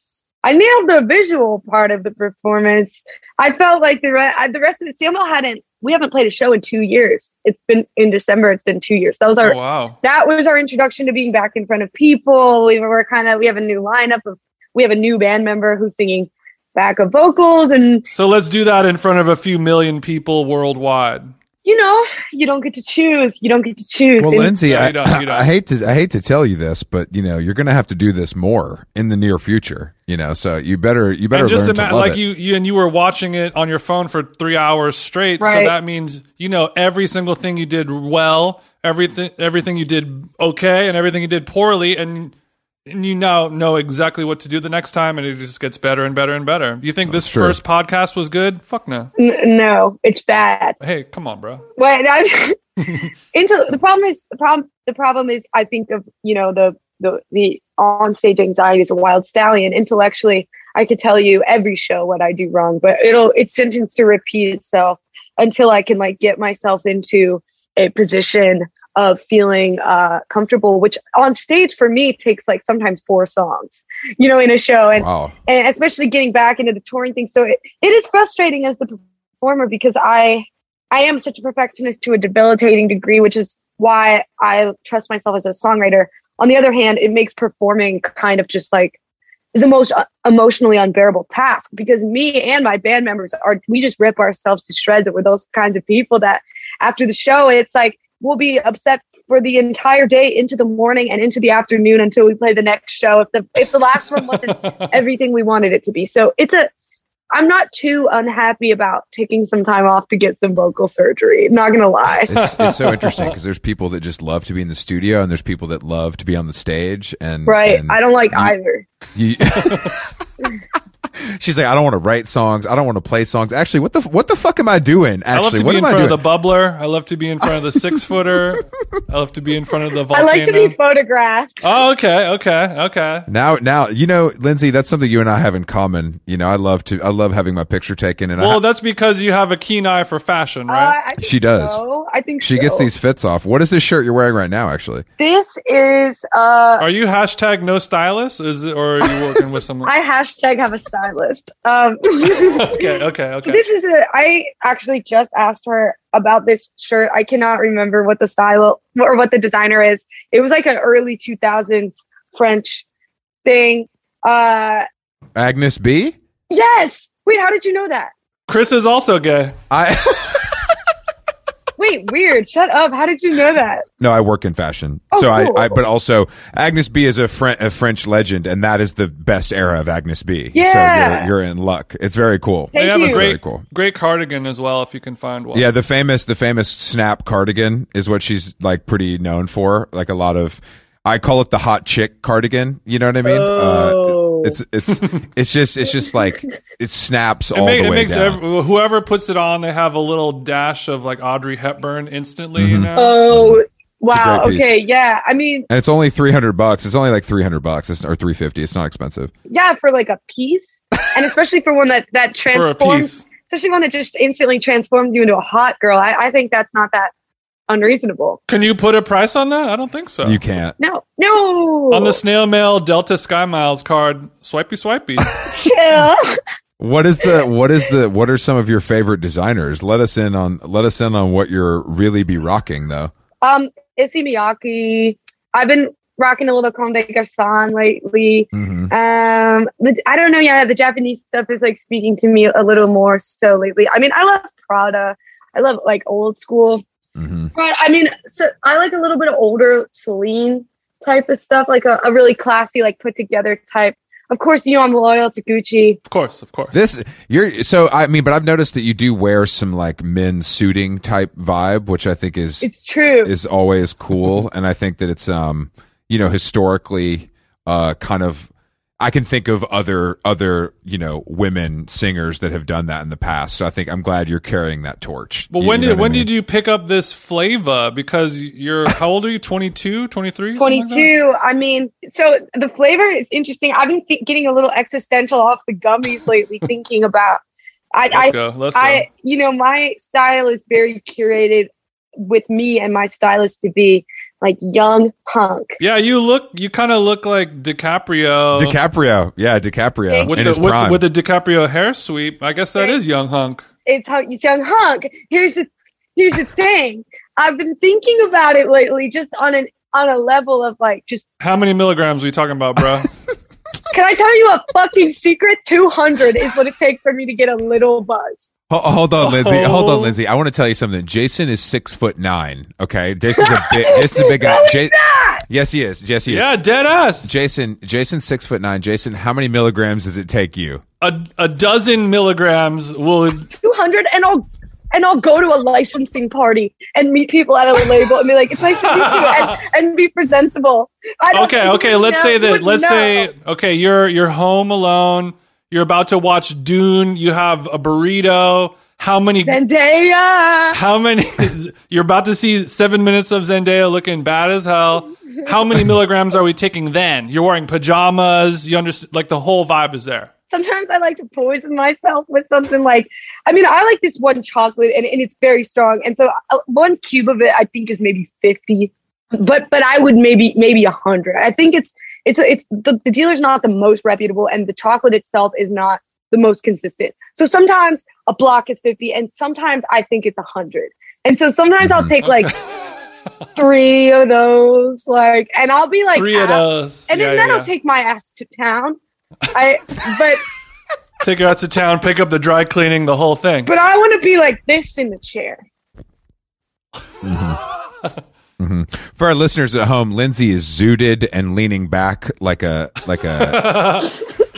D: I nailed the visual part of the performance. I felt like the re- I, the rest of it. CML hadn't. We haven't played a show in two years. It's been in December. It's been two years. That was our
A: Oh, wow.
D: that was our introduction to being back in front of people. We were kind of we have a new lineup of we have a new band member who's singing backup vocals, and
A: So let's do that in front of a few million people worldwide.
D: you know you don't get to choose. You don't get to choose.
B: Well,
D: And
B: Lindsay,
A: No,
B: I,
A: you don't, you don't.
B: I hate to I hate to tell you this, but you know you're going to have to do this more in the near future. You know, so you better you better
A: and just
B: learn to
A: imagine,
B: love
A: like
B: it.
A: you, you, and you were watching it on your phone for three hours straight. So
D: Right.
A: that means you know every single thing you did well, everything, everything you did okay, and everything you did poorly, and and you now know exactly what to do the next time, and it just gets better and better and better. You think this
B: true.
A: first podcast was good? Fuck no.
D: n- no, it's bad.
A: Hey, come on, bro.
D: Wait, that's into the problem is the problem. The problem is I think of you know the the the on stage anxiety is a wild stallion. Intellectually, I could tell you every show what I do wrong, but it'll it's sentenced to repeat itself until I can like get myself into a position of feeling uh, comfortable, which on stage for me takes like sometimes four songs, you know, in a show, and
B: wow,
D: and especially getting back into the touring thing. So it, it is frustrating as the performer because I I am such a perfectionist to a debilitating degree, which is why I trust myself as a songwriter. On the other hand, it makes performing kind of just like the most uh, emotionally unbearable task because me and my band members are we just rip ourselves to shreds and we're those kinds of people that after the show it's like we'll be upset for the entire day into the morning and into the afternoon until we play the next show if the if the last one wasn't everything we wanted it to be. So it's a I'm not too unhappy about taking some time off to get some vocal surgery. not gonna lie.
B: it's, it's so interesting because there's people that just love to be in the studio, and there's people that love to be on the stage. And
D: Right.
B: and
D: I don't like either.
B: you- she's like, I don't want to write songs. I don't want to play songs. Actually, what the f- what the fuck am I doing?
A: I love
B: Actually,
A: to
B: what
A: be in
B: am I
A: front of
B: doing?
A: the bubbler. I love to be in front of the six footer. I love to be in front of the
D: I
A: volcano.
D: like to be photographed.
A: oh, okay, okay, okay.
B: now, now you know, Lindsay. That's something you and I have in common. You know, I love to. I love having my picture taken, and I,
A: Well, that's because you have a keen eye for fashion, right?
D: Uh, I think
B: Oh, She does.
D: so. I think
B: She gets
D: so.
B: these fits off. What is this shirt you're wearing right now? Actually,
D: This is uh
A: Are you hashtag no stylist? Is it, or are you working with someone?
D: I hashtag have a stylist. Um
A: okay, okay,
D: So
A: okay.
D: this is a. I actually just asked her about this shirt. I cannot remember what the style or what the designer is. It was like an early 2000s French thing. Uh,
B: Agnes B.
D: yes. Wait, how did you know that?
A: Chris is also gay.
B: I
D: Wait, weird. Shut up. How did you know that?
B: no, I work in fashion,
D: Oh,
B: so
D: cool.
B: I, I. But also, Agnes B is a, Fren- a French legend, and that is the best era of Agnes B.
D: Yeah.
B: So you're, you're in luck. It's very cool.
D: Thank
A: they have
D: you.
A: a
B: Very
A: great,
B: cool.
A: great cardigan as well if you can find one.
B: Yeah, the famous the famous snap cardigan is what she's like pretty known for. Like a lot of, I call it the hot chick cardigan. You know what I mean? uh,
D: Oh.
B: it's it's it's just it's just like it snaps
A: It,
B: all
A: ma-
B: the
A: it
B: way
A: makes
B: down.
A: ev- whoever puts it on, they have a little dash of like Audrey Hepburn instantly. You
B: Mhm.
A: know,
D: oh,
B: a
D: wow.
B: great piece.
D: Okay. Yeah. I mean,
B: and it's only 300 bucks. It's only like 300 bucks it's, or 350. It's not expensive.
D: yeah, for like a piece, and especially for one that that
A: for a
D: transforms
A: piece.
D: especially one that just instantly transforms you into a hot girl. I, I think that's not that unreasonable.
A: Can you put a price on that? I don't think so.
B: You can't.
D: No, no.
A: On the snail mail Delta Sky Miles card, swipey swipey.
D: chill.
B: What is the what is the what are some of your favorite designers? Let us in on let us in on what you're really be rocking though.
D: um, Issey Miyake. I've been rocking a little Conde Garçon lately.
B: Mm-hmm.
D: Um, the, I don't know. Yeah, the Japanese stuff is like speaking to me a little more so lately. I mean, I love Prada. I love like old school.
B: Mm-hmm.
D: But I mean, so I like a little bit of older Celine type of stuff, like a, a really classy, like put together type. Of course, you know I'm loyal to Gucci.
A: of course, of course.
B: This you're so I mean, but I've noticed that you do wear some like men's suiting type vibe, which I think is
D: It's true.
B: is always cool, and I think that it's um you know historically uh kind of I can think of other other you know women singers that have done that in the past. So I think I'm glad you're carrying that torch.
A: but
B: You-
A: when
B: you know
A: did
B: what I
A: when
B: mean?
A: did you pick up this flavor? Because you're how old are you? 22, 23? something like that?
D: 22. I mean, so the flavor is interesting. I've been th- getting a little existential off the gummies lately, thinking about. I,
A: Let's
D: I
A: go. Let's go.
D: I, you know, my style is very curated with me and my stylist to be. like young punk.
A: Yeah, you look. You kind of look like DiCaprio.
B: DiCaprio, yeah, DiCaprio
A: uh, with
B: in
A: the,
B: his
A: with,
B: prime.
A: with the DiCaprio hair sweep, I guess that is young hunk.
D: It's how it's young hunk. Here's the here's the thing. I've been thinking about it lately, just on an on a level of like just
A: How many milligrams are we talking about, bro?
D: Can I tell you a fucking secret? 200 is what it takes for me to get a little buzzed.
B: Ho- Hold on, Lindsay. Hold
A: Oh.
B: on, Lindsay. I want to tell you something. Jason is six foot nine. Okay, Jason's a big. Jason's a big guy.
D: No, he's
B: Ja- yes, he is. Yes, he is.
A: yeah, dead ass.
B: Jason, Jason, six foot nine. Jason, how many milligrams does it take you?
A: a, a dozen milligrams will.
D: 200 and I'll and I'll go to a licensing party and meet people at a label and be like, "It's nice to meet you," and, and be presentable. I don't
A: Okay,
D: think
A: okay.
D: you
A: Let's
D: know-
A: say
D: you
A: that.
D: would
A: Let's
D: know.
A: say okay. You're you're home alone. You're about to watch Dune. You have a burrito. How many?
D: Zendaya.
A: How many? You're about to see seven minutes of Zendaya looking bad as hell. How many milligrams are we taking then? You're wearing pajamas. You understand? Like the whole vibe is there.
D: Sometimes I like to poison myself with something like, I mean, I like this one chocolate and, and it's very strong, and so uh, one cube of it I think is maybe fifty, but but I would maybe maybe hundred. I think it's it's a, it's the, the dealer's not the most reputable, and the chocolate itself is not the most consistent. So sometimes a block is fifty, and sometimes I think it's hundred, and so sometimes I'll
A: Mm-hmm.
B: Mhm.
D: take like three of those, like, and I'll be like
A: Three of
D: "Ah,"
A: those.
D: and
A: Yeah,
D: then
A: yeah,
D: that'll
A: yeah.
D: take my ass to town. I but.
A: Take her out to town. Pick up the dry cleaning. The whole thing.
D: But I want to be like this in the chair.
B: For our listeners at home, Lindsay is zooted and leaning back like a like a.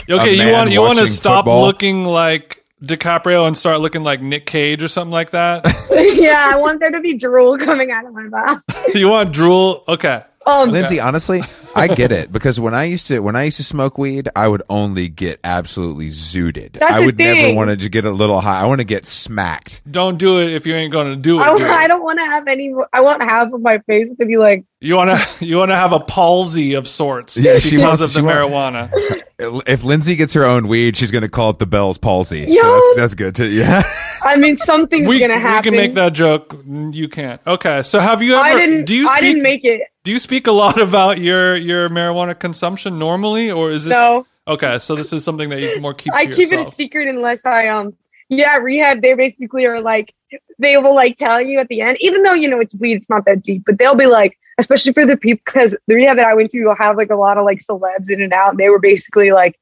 A: Okay, you
B: a man
A: want you want to
B: watching
A: stop
B: football.
A: looking like DiCaprio and start looking like Nick Cage or something like that.
D: yeah, I want there to be drool coming out of my mouth.
A: you want drool? Okay.
D: Um,
B: Lindsay, honestly, I get it because when I used to when I used to smoke weed, I would only get absolutely zooted.
D: That's
B: I
D: the
B: would never
D: thing.
B: want to get a little high. I want to get smacked.
A: Don't do it if you ain't gonna do it.
D: I,
A: do it.
D: Oh, I don't want to have any. I want half of my face to be like.
A: You wanna you wanna have a palsy of sorts
B: Yeah,
A: because
B: she wants-
A: of the
B: she wa-
A: marijuana.
B: If Lindsay gets her own weed, she's going to call it the Bell's palsy.
D: Yo.
B: So that's that's good too. Yeah.
D: I mean, something's
A: we,
D: gonna
A: we
D: happen.
A: can make that joke. You can't. Okay. So have you ever?
D: I didn't.
A: do you speak?
D: I didn't make it.
A: do you speak a lot about your your marijuana consumption normally, or is this?
D: No,
A: Okay, so this is something that you can more keep. To
D: I keep it a
A: yourself.
D: secret unless I um. Yeah, rehab. They basically are like they will like tell you at the end, even though you know it's weed, it's not that deep. But they'll be like, especially for the people, because the rehab that I went to will have like a lot of like celebs in and out. And they were basically like,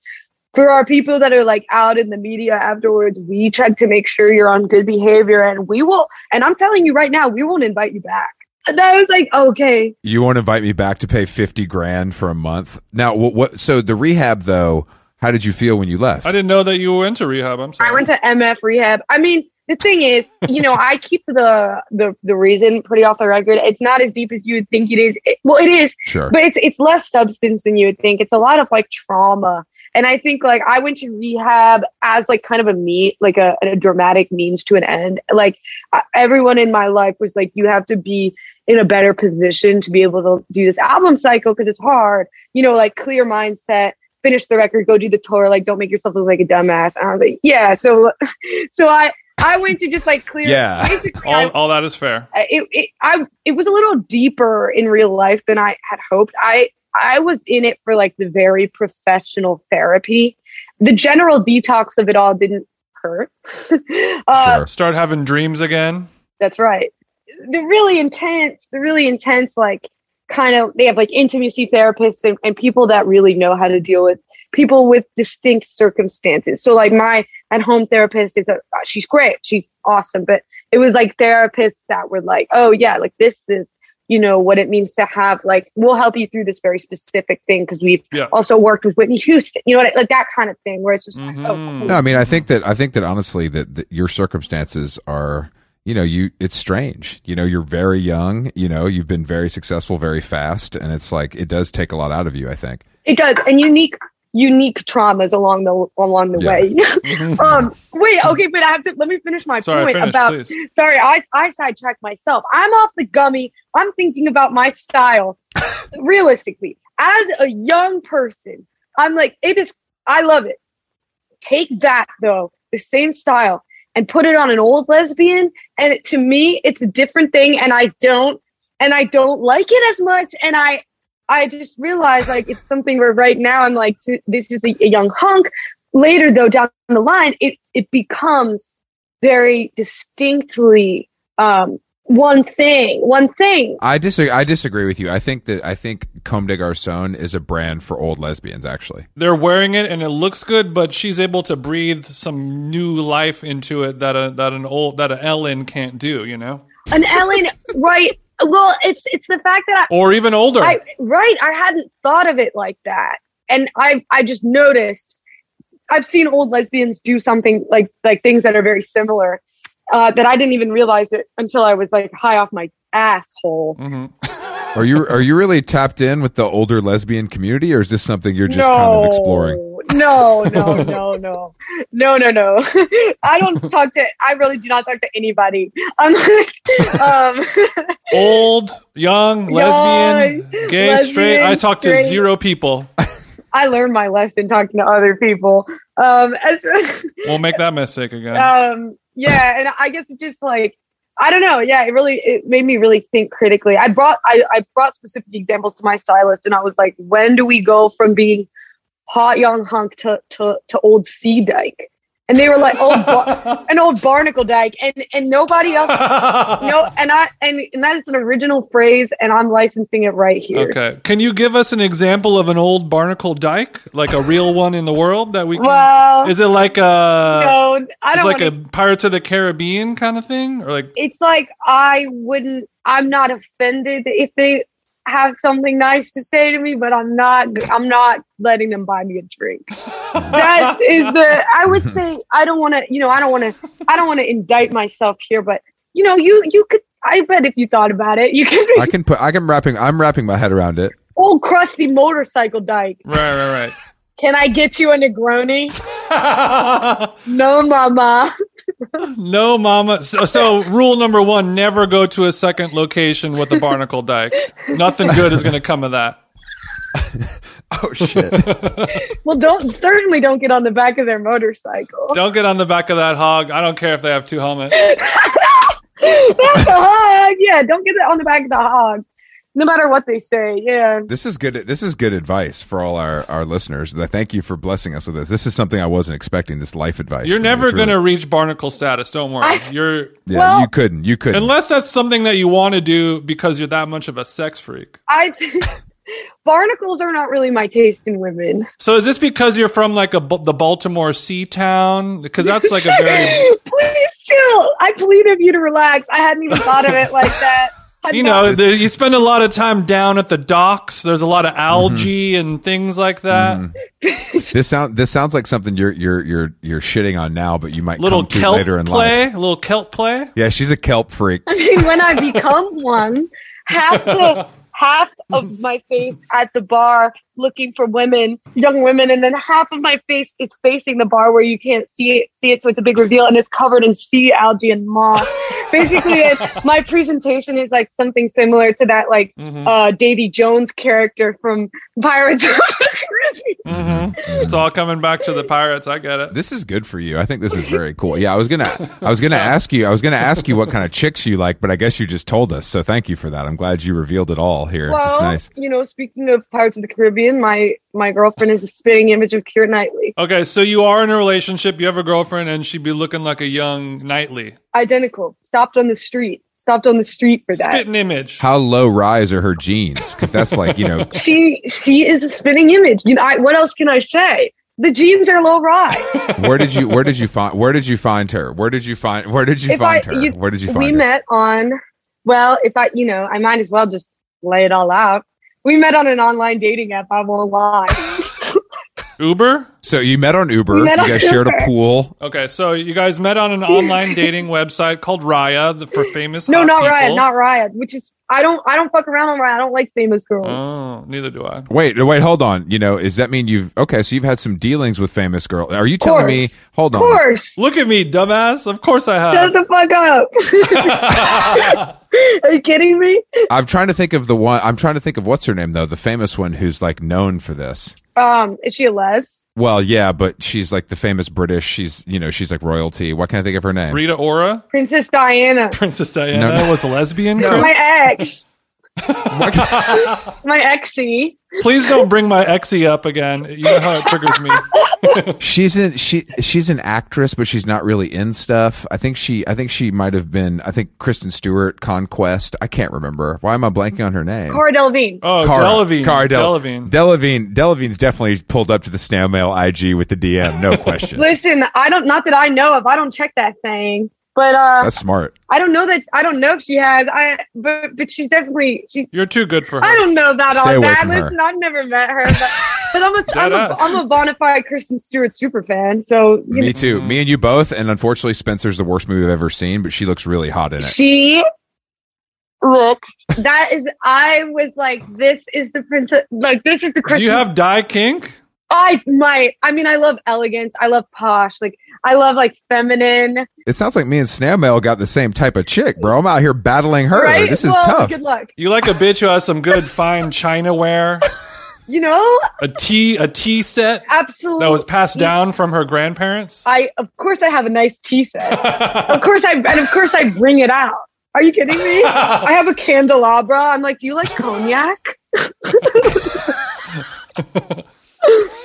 D: for our people that are like out in the media afterwards, we check to make sure you're on good behavior and we will and I'm telling you right now, we won't invite you back. And I was like, okay.
B: You won't invite me back to pay 50 grand for a month. Now, what, what so the rehab though, how did you feel when you left?
A: I didn't know that you were into rehab. I'm sorry.
D: I went to MF rehab. I mean, the thing is, you know, I keep the the the reason pretty off the record. It's not as deep as you would think it is. It, well, it is,
B: Sure.
D: but it's it's less substance than you would think. It's a lot of like trauma. And I think like I went to rehab as like kind of a meet, like a, a dramatic means to an end. Like I, everyone in my life was like, you have to be in a better position to be able to do this album cycle because it's hard. You know, like clear mindset, finish the record, go do the tour. Like don't make yourself look like a dumbass. And I was like, yeah. So, so I I went to just like clear.
B: Yeah.
D: Basically, I
A: all, all that is fair.
D: Uh, it, it I it was a little deeper in real life than I had hoped. I I was in it for like the very professional therapy. The general detox of it all didn't hurt. uh,
B: Sure.
A: Start having dreams again.
D: That's right. The really intense, the really intense, like kind of they have like intimacy therapists and, and people that really know how to deal with people with distinct circumstances. So like my at home therapist is a she's great, she's awesome, but it was like therapists that were like, oh yeah, like this is you know what it means to have like we'll help you through this very specific thing because we've
A: Yeah.
D: also worked with Whitney Houston, you know what I, like that kind of thing where it's just like,
A: Mhm.
D: oh,
B: No, I mean, I think that I think that honestly that, that your circumstances are, you know, you it's strange. You know, you're very young, you know, you've been very successful very fast and it's like it does take a lot out of you, I think.
D: It does, and unique unique traumas along the along the
B: Yeah.
D: way. um, wait, okay, but I have to let me finish my
A: Mm-hmm. Sorry,
D: point
A: finish,
D: about.
A: please.
D: Sorry, I I sidetracked myself. I'm off the gummy. I'm thinking about my style. Realistically, as a young person, I'm like it is. I love it. Take that though, the same style, and put it on an old lesbian, and it, to me, it's a different thing. And I don't and I don't like it as much. And I, I just realized like it's something where right now I'm like, t- this is a, a young hunk. Later though, down the line, it it becomes very distinctly um, one thing. One thing.
B: I disagree. I disagree with you. I think that I think Comme des Garçons is a brand for old lesbians. Actually,
A: They're wearing it and it looks good, but she's able to breathe some new life into it that a, that an old that an Ellen can't do, you know,
D: An Ellen, right? Well, it's it's the fact that I,
A: or even older.
D: I, right. I hadn't thought of it like that. And I I just noticed I've seen old lesbians do something like like things that are very similar uh, that I didn't even realize it until I was like high off my asshole.
A: hmm
B: are you are you really tapped in with the older lesbian community, or is this something you're just kind of exploring?
D: No, no, no, no, no, no, no. I don't talk to. I really do not talk to anybody. I'm like, um,
A: Old, young, lesbian,
D: Young,
A: gay,
D: lesbian,
A: straight. I talk to
D: straight.
A: zero people.
D: I learned my lesson talking to other people. Um, as,
A: We'll make that mistake again.
D: um yeah and i guess it just like i don't know yeah it really it made me really think critically i brought I, I brought specific examples to my stylist and i was like when do we go from being hot young hunk to to, to old sea dyke and they were like oh, old bar- an old barnacle dyke and and nobody else no and i and, and that is an original phrase and i'm licensing it right here
A: Okay. Can you give us an example of an old barnacle dyke, like a real one in the world that we can?
D: well
A: is it like a?
D: no i
A: it's
D: don't
A: like
D: wanna-
A: a Pirates of the Caribbean kind of thing, or like
D: it's like I wouldn't. I'm not offended if they have something nice to say to me, but I'm not. I'm not letting them buy me a drink. That is the. I would say I don't want to. You know, I don't want to. I don't want to indict myself here, but you know, you you could. I bet if you thought about it, you could
B: I can put. I can wrapping. I'm wrapping my head around it.
D: old crusty motorcycle dyke.
A: right, right,
D: Can I get you a Negroni?
A: right.
D: No, mama.
A: no, mama. So, so rule number one: never go to a second location with a barnacle dyke. Nothing good is going to come of that.
B: Oh shit!
D: Well, don't certainly don't get on the back of their motorcycle.
A: Don't get on the back of that hog. I don't care if they have two helmets.
D: That's a hog. Yeah, don't get it on the back of the hog. No matter what they say. Yeah.
B: this is good. This is good advice for all our our listeners. Thank you for blessing us with this. This is something I wasn't expecting. This life advice.
A: You're
B: from you.
A: never
B: It's really-
A: going to reach barnacle status. Don't worry.
D: I-
A: You're
B: Yeah,
D: Well-
B: you couldn't. You couldn't.
A: unless that's something that you want to do because you're that much of a sex freak.
D: I think barnacles are not really my taste in women.
A: So is this because you're from like a Bu- the Baltimore sea town? Because that's like a very
D: Please chill. I plead of you to relax. I hadn't even thought of it like that. Had
A: you
D: not-
A: know there, you spend a lot of time down at the docks. There's a lot
B: Mm-hmm.
A: of algae and things like that.
B: Mhm. this sound this sounds like something you're you're you're you're shitting on now, but you might
A: Little
B: come to
A: kelp
B: later in
A: play,
B: life.
A: little kelp play.
B: Yeah, she's a kelp freak.
D: I mean, when I become one, half the half of my face at the bar looking for women, young women, and then half of my face is facing the bar where you can't see it, see it, so it's a big reveal, and it's covered in sea algae and moss. Basically, it's, my presentation is like something similar to that, like
A: hmm
D: uh, Davy Jones character from Pirates of the Caribbean.
B: Mm-hmm.
A: hmm It's all coming back to the pirates. I get it.
B: This is good for you. I think this is very cool. Yeah, I was gonna I was gonna ask you I was gonna ask you what kind of chicks you like, but I guess you just told us. So thank you for that. I'm glad you revealed it all here.
D: Well,
B: it's nice.
D: you know, speaking of Pirates of the Caribbean, my my girlfriend is a spitting image of Keira Knightley,
A: Okay, so you are in a relationship. You have a girlfriend, and she'd be looking like a young Knightley.
D: identical. Stopped on the street. Stopped on the street for that.
A: Spitting image.
B: How low rise are her jeans? Because that's like you know.
D: she she is a spinning image. You know, I, what else can I say? The jeans are low rise.
B: Where did you Where did you find Where did you find her? Where did you find Where did you
D: If
B: find
D: I-
B: her?
D: you-
B: where did you
D: we
B: find her?
D: met on, well, if I, you know, I might as well just lay it all out. We met on an online dating app. I won't lie.
A: Uber.
B: So you met on Uber.
D: We met
B: you
D: on
B: guys shared a
D: Uber.
B: pool.
A: Okay, so you guys met on an online dating website called Raya the, for famous.
D: No,
A: hot
D: not
A: people.
D: Riot, not Riot. Which is, I don't, I don't fuck around on Riot. I don't like famous girls.
A: Oh, neither do I.
B: Wait, wait, hold on. You know, is that mean you've okay? So you've had some dealings with famous girl. Are you telling me?
D: Course.
B: Hold
D: of
B: on.
D: course,
A: Look at me, dumbass. Of course I
D: shut
A: have.
D: the fuck up. Are you kidding me?
B: I'm trying to think of the one. I'm trying to think of what's her name though. The famous one who's like known for this.
D: Um, is she a les?
B: Well, yeah, but she's like the famous British. She's you know she's like royalty. What can I think of her name?
A: Rita Ora,
D: Princess Diana,
A: Princess Diana
B: No, no.
A: was a lesbian.
D: my ex. My exy.
A: Please don't bring my exy up again. You know how it triggers me.
B: She's in she she's an actress, but she's not really in stuff. I think she I think she might have been I think Kristen Stewart Conquest. I can't remember. Why am I blanking on her name?
D: Cara Delevingne.
A: Oh,
B: Cara-
A: Delavine.
B: Cara Del-
A: Delavine.
B: Delavine. Delavine's definitely pulled up to the snail mail IG with the DM, no question.
D: Listen, I don't. Not that I know of. I don't check that thing. But uh,
B: That's smart.
D: I don't know that. I don't know if she has. I but but she's definitely she's.
A: You're too good for her.
D: I don't know about
B: Stay
D: all
B: away
D: that.
B: from her.
D: Listen, I've never met her, but, but I'm a I'm
A: Dead
D: a,
A: ass.
D: I'm a bona fide Kristen Stewart super fan. So you
B: Me
D: know,
B: too. Me and you both. And unfortunately, Spencer's the worst movie I've ever seen, but she looks really hot in it.
D: she look that is. I was like, this is the princess. Like this is the
A: Do
D: Kristen.
A: you have dye kink?
D: I my. I mean, I love elegance. I love posh. Like I love like feminine.
B: It sounds like me and Snail Mail got the same type of chick, bro. I'm out here battling her.
D: right.
B: This is
D: well,
B: tough.
D: Good luck.
A: You like a bitch who has some good fine china ware,
D: You know,
A: a tea a tea set
D: absolutely.
A: that was passed down from her grandparents.
D: I of course I have a nice tea set. of course I and of course I bring it out. Are you kidding me? I have a candelabra. I'm like, do you like cognac?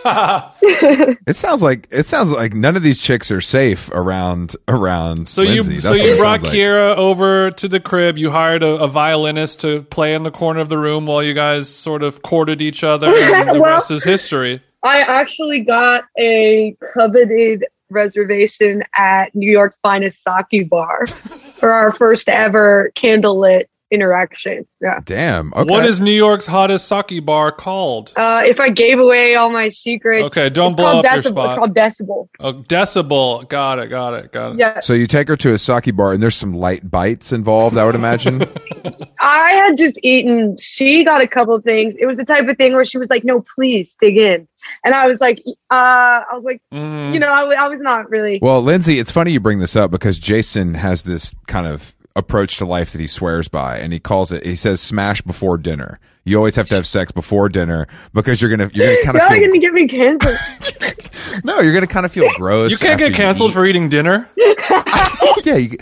B: It sounds like it sounds like none of these chicks are safe around around.
A: So
B: Lindsay.
A: you
B: That's
A: so
B: what it
A: you brought
B: sounds like.
A: Kira over to the crib. You hired a, a violinist to play in the corner of the room while you guys sort of courted each other. And the
D: Well-
A: rest is history.
D: I actually got a coveted reservation at New York's finest sake bar for our first ever candlelit interaction. Yeah.
B: Damn. Okay.
A: What is New York's hottest sake bar called?
D: Uh, if I gave away all my secrets,
A: Okay, don't
D: it's
A: blow
D: called
A: up your
D: decibel.
A: spot.
D: It's called decibel.
A: A decibel. Got it. Got it. Got it.
D: Yeah,
B: so you take her to a sake bar, and there's some light bites involved. I would imagine.
D: I had just eaten. She got a couple of things. It was the type of thing where she was like, "No, please dig in," and I was like, uh, "I was like,
A: Mhm.
D: you know, I, w- I was not really."
B: well, Lindsay, it's funny you bring this up because Jason has this kind of approach to life that he swears by, and he calls it. He says, "Smash before dinner." You always have to have sex before dinner because you're gonna you're gonna kind
D: Y'all
B: of
D: are
B: feel
D: gonna get me canceled.
B: no you're gonna kind of feel gross.
A: You can't
B: after
A: get canceled
B: eat.
A: for eating dinner.
B: yeah, you,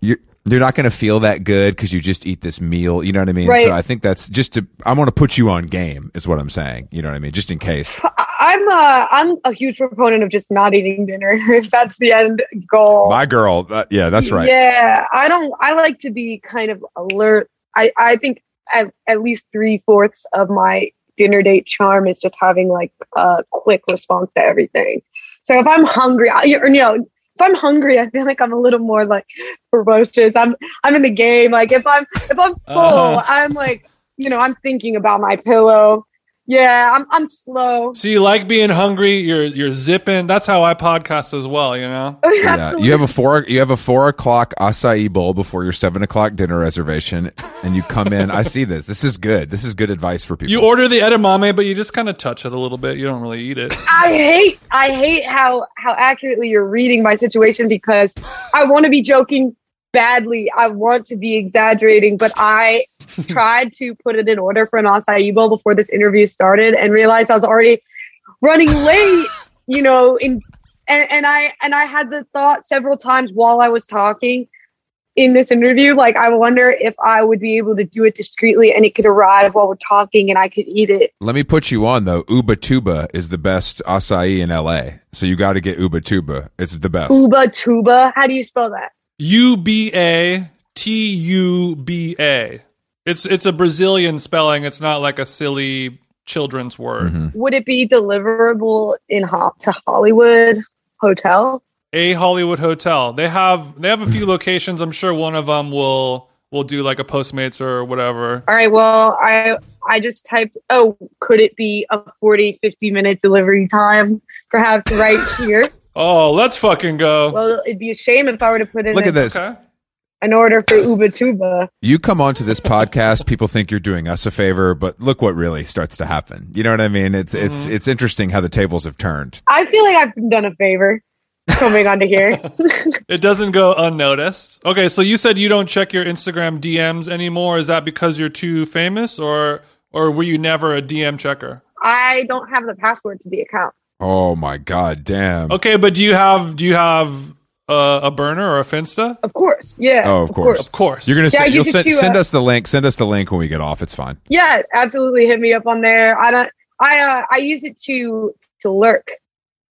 B: you're you're not going to feel that good because you just eat this meal. You know what I mean?
D: Right.
B: So I think that's just to I want to put you on game is what I'm saying. You know what I mean? Just in case.
D: I- I'm uh, I'm a huge proponent of just not eating dinner if that's the end goal.
B: My girl, uh, yeah, that's right.
D: Yeah, I don't. I like to be kind of alert. I I think at, at least three fourths of my dinner date charm is just having like a quick response to everything. So if I'm hungry, I, or you know, if I'm hungry, I feel like I'm a little more like ferocious. I'm I'm in the game. Like if I'm if I'm full,
A: Uh-huh.
D: I'm like you know I'm thinking about my pillow. Yeah, I'm I'm slow.
A: So you like being hungry. You're you're zipping. That's how I podcast as well. You know.
B: Yeah. You have a four you have a four o'clock acai bowl before your seven o'clock dinner reservation, and you come in. I see this. This is good. This is good advice for people.
A: You order the edamame, but you just kind of touch it a little bit. You don't really eat it.
D: I hate I hate how how accurately you're reading my situation because I want to be joking badly. I want to be exaggerating, but I tried to put it in order for an acai bowl before this interview started and realized I was already running late, you know, in and, and I and I had the thought several times while I was talking in this interview, like I wonder if I would be able to do it discreetly and it could arrive while we're talking and I could eat it
B: Let me put you on though. Uba Tuba is the best acai in LA, so you got to get Uba Tuba. It's the best.
D: Uba tuba. How do you spell that?
A: U B A T U B A. It's it's a Brazilian spelling. It's not like a silly children's word.
B: Mhm.
D: Would it be deliverable in ho- to Hollywood hotel?
A: A Hollywood hotel. They have they have a few locations. I'm sure one of them will will do like a Postmates or whatever.
D: All right. Well, I I just typed. Oh, could it be a 40, 50 minute delivery time? Perhaps right here.
A: Oh, let's fucking go.
D: Well, it'd be a shame if I were to put in
B: Look at
D: an-
B: this.
A: Okay.
D: an order for Uba tuba.
B: you come onto this podcast people think you're doing us a favor but look what really starts to happen you know what i mean it's it's
D: Mm-hmm.
B: it's interesting how the tables have turned
D: I feel like I've been done a favor coming onto here.
A: It doesn't go unnoticed. Okay, so you said you don't check your Instagram DMs anymore. Is that because you're too famous or or were you never a DM checker?
D: I don't have the password to the account.
B: oh my god damn
A: Okay, but do you have do you have uh, a burner or a finsta?
D: Of course. Yeah.
B: Oh, of course.
A: Of course.
B: You're gonna
D: Yeah,
B: send,
D: you
B: you'll
D: could
B: send,
D: do, uh,
B: send us the link. Send us the link when we get off. It's fine.
D: Yeah, absolutely. Hit me up on there. I don't. I uh, I use it to to lurk,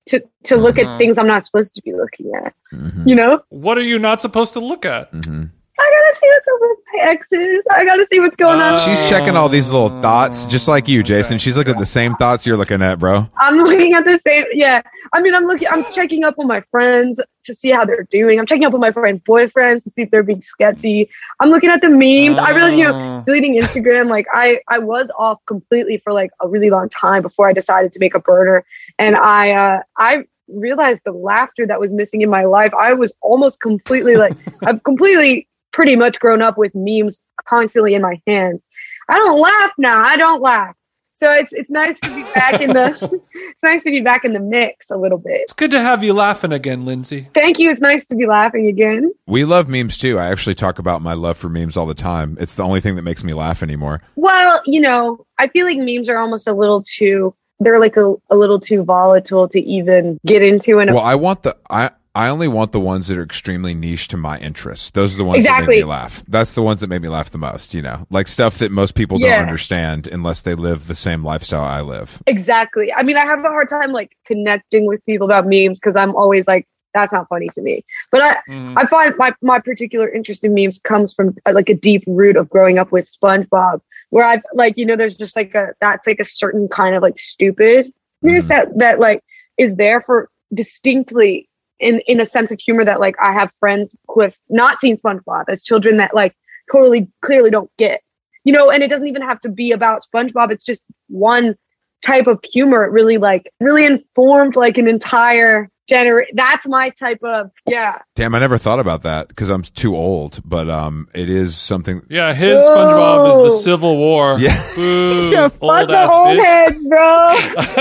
D: to to look
A: Mhm.
D: at things I'm not supposed to be looking at.
B: Mm-hmm.
D: You know,
A: what are you not supposed to look at?
B: Mm-hmm.
D: I gotta see what's up with my exes. I gotta see what's going on.
A: Uh,
B: She's checking all these little thoughts, just like you, Jason.
A: Okay,
B: She's looking at the same thoughts you're looking at, bro.
D: I'm looking at the same. Yeah, I mean, I'm looking. I'm checking up on my friends to see how they're doing. I'm checking up on my friends' boyfriends to see if they're being sketchy. I'm looking at the memes. I realize, you know,
A: Uh,
D: deleting Instagram, like I, I was off completely for like a really long time before I decided to make a burner. And I, uh, I realized the laughter that was missing in my life. I was almost completely like, I've completely pretty much grown up with memes constantly in my hands. I don't laugh now. I don't laugh. So it's, it's nice to be back in the, it's nice to be back in the mix a little bit.
A: It's good to have you laughing again, Lindsay.
D: Thank you. It's nice to be laughing again.
B: We love memes too. I actually talk about my love for memes all the time. It's the only thing that makes me laugh anymore.
D: Well, you know, I feel like memes are almost a little too they're like a, a little too volatile to even get into and
B: Well, I want the I I only want the ones that are extremely niche to my interests. Those are the ones that
D: Exactly.
B: make me laugh. That's the ones that make me laugh the most, you know. Like stuff that most people
D: Yeah.
B: don't understand unless they live the same lifestyle I live.
D: exactly. I mean, I have a hard time like connecting with people about memes because I'm always like that's not funny to me. But I
A: Mm.
D: I find my my particular interest in memes comes from uh, like a deep root of growing up with SpongeBob where I've like you know there's just like a that's like a certain kind of like stupidness
A: Mm-hmm.
B: Mhm.
D: that that like is there for distinctly in in a sense of humor that like I have friends who have not seen SpongeBob as children that like totally clearly don't get you know and it doesn't even have to be about SpongeBob it's just one type of humor it really like really informed like an entire gener that's my type of yeah
B: Damn, I never thought about that because I'm too old. But um, it is something.
A: Yeah, his SpongeBob is the
D: Whoa.
A: Civil War.
B: Yeah.
A: Boo,
D: Yeah,
A: old
D: fuck the
A: ass
D: old
A: bitch.
D: heads bro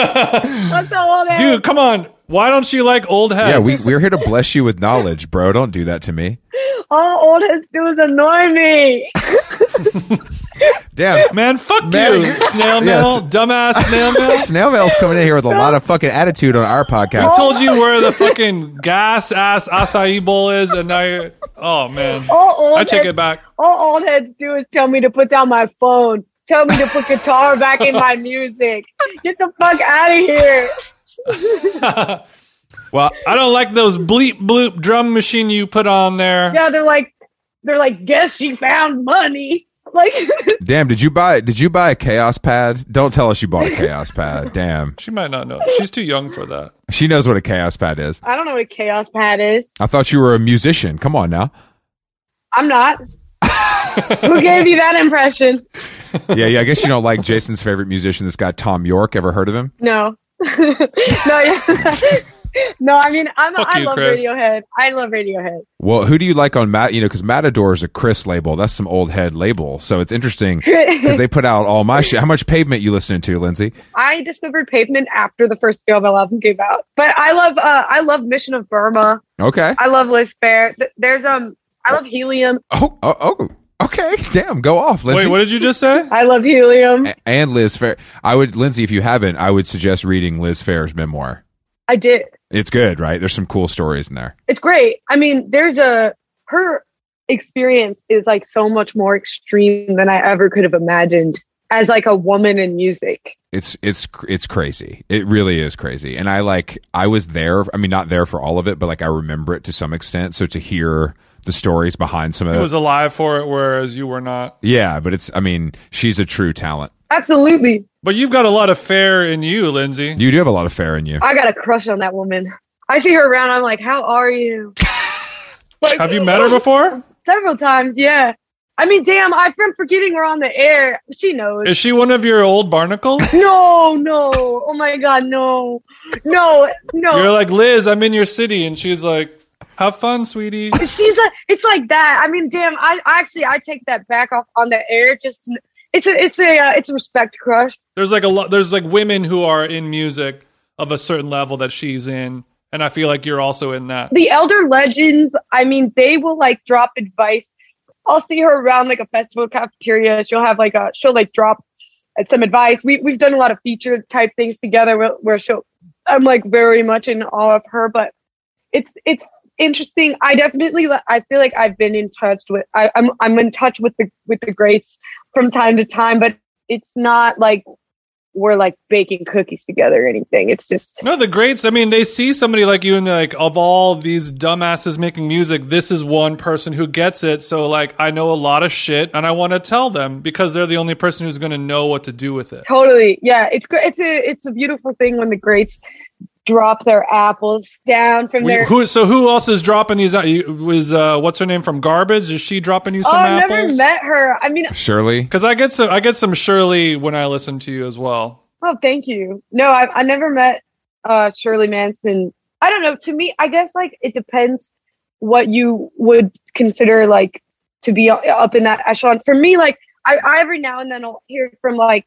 D: fuck the old heads
A: Dude, come on. Why don't you like old heads?
B: Yeah, we we're here to bless you with knowledge, bro. Don't do that to me.
D: all old heads do is annoy me
B: Damn,
A: Man, fuck
B: Man,
A: you, snail mail, dumbass snail mail.
B: snail mail's coming in here with a lot of fucking attitude on our
A: I
B: podcast.
A: told you where the fucking gas ass acai bowl is, and now you're. Oh man,
D: all old
A: I take
D: heads
A: it back.
D: all old heads do is tell me to put down my phone, tell me to put guitar back in my music. Get the fuck out of here.
B: Well,
A: I don't like those bleep bloop drum machine you put on there.
D: Yeah, they're like, they're like, guess she found money. Like,
B: damn, did you buy did you buy a chaos pad? Don't tell us you bought a chaos pad. Damn,
A: She might not know. She's too young for that.
B: she knows what a chaos pad is.
D: I don't know what a chaos pad is.
B: I thought you were a musician. Come on now.
D: I'm not. Who gave you that impression?
B: Yeah, yeah. I guess you don't like Jason's favorite musician, this guy Tom York. Ever heard of him?
D: No. no, yeah. no, I mean, I'm,
A: Fuck
D: I
A: you,
D: love
A: Chris.
D: Radiohead. I love Radiohead.
B: Well, who do you like on Mat? You know, because Matador is a Chris label. That's some old head label. So it's interesting because they put out all my shit. How much pavement you listening to, Lindsay?
D: I discovered Pavement after the first Nobel album came out. But I love, uh, I love Mission of Burma.
B: Okay.
D: I love Liz Fair. Th- There's um, I love helium.
B: Oh, oh, oh. Okay. Damn. Go off, Lindsay.
A: Wait, what did you just say?
D: I love
A: Eh.
D: helium.
B: A- and Liz Fair. I would, Lindsay, if you haven't, I would suggest reading Liz Fair's memoir.
D: I did.
B: It's good, right? There's some cool stories in there.
D: It's great. I mean, there's a her experience is like so much more extreme than I ever could have imagined as like a woman in music.
B: It's it's cr- it's crazy. It really is crazy. And I like I was there. I mean, not there for all of it, but like I remember it to some extent. So to hear the stories behind some of
A: It
B: it,
A: was alive for it, whereas you were not.
B: yeah. But it's I mean, she's a true talent.
D: Absolutely.
A: But you've got a lot of fair in you, Lindsay.
B: You do have a lot of fair in you.
D: I got a crush on that woman. I see her around. I'm like, how are you? Like-
A: Have you met her before?
D: Several times, yeah. I mean, damn, I'm forgetting we're on the air. She knows.
A: Is she one of your old barnacles?
D: no, no. Oh my God, no. No, no.
A: You're like Liz. I'm in your city, and she's like, "Have fun, sweetie."
D: she's like it's like that i mean damn i, I actually i take that back off on the air just it's a it's a uh, it's a respect crush
A: There's like a lot. There's like women who are in music of a certain level that she's in, and I feel like you're also in that.
D: the elder legends i mean they will like drop advice i'll see her around like a festival cafeteria she'll have like a she'll like drop some advice we, we've done a lot of feature type things together where, where she'll i'm like very much in awe of her but it's it's interesting. I definitely li- I feel like I've been in touch with I, I'm I'm in touch with the with the greats from time to time, but it's not like we're like baking cookies together or anything. It's just
A: No, the greats. I mean, they see somebody like you and they're like, of all these dumbasses making music, this is one person who gets it. So, like, I know a lot of shit and I want to tell them because they're the only person who's going to know what to do with it.
D: Totally. Yeah. It's good. It's a it's a beautiful thing when the greats drop their apples down from
A: We,
D: their.
A: who, so, who else is dropping these out? You- Was, uh, what's her name from Garbage? Is she dropping you
D: oh,
A: some
D: I've
A: apples?
D: never met her. I mean,
B: Shirley.
A: Because I get some, I get some Shirley when I listen to you as well.
D: oh, thank you. No, I've I never met uh, Shirley Manson. I don't know. To me, I guess like it depends what you would consider like to be u- up in that echelon. For me, like I, I every now and then I'll hear from like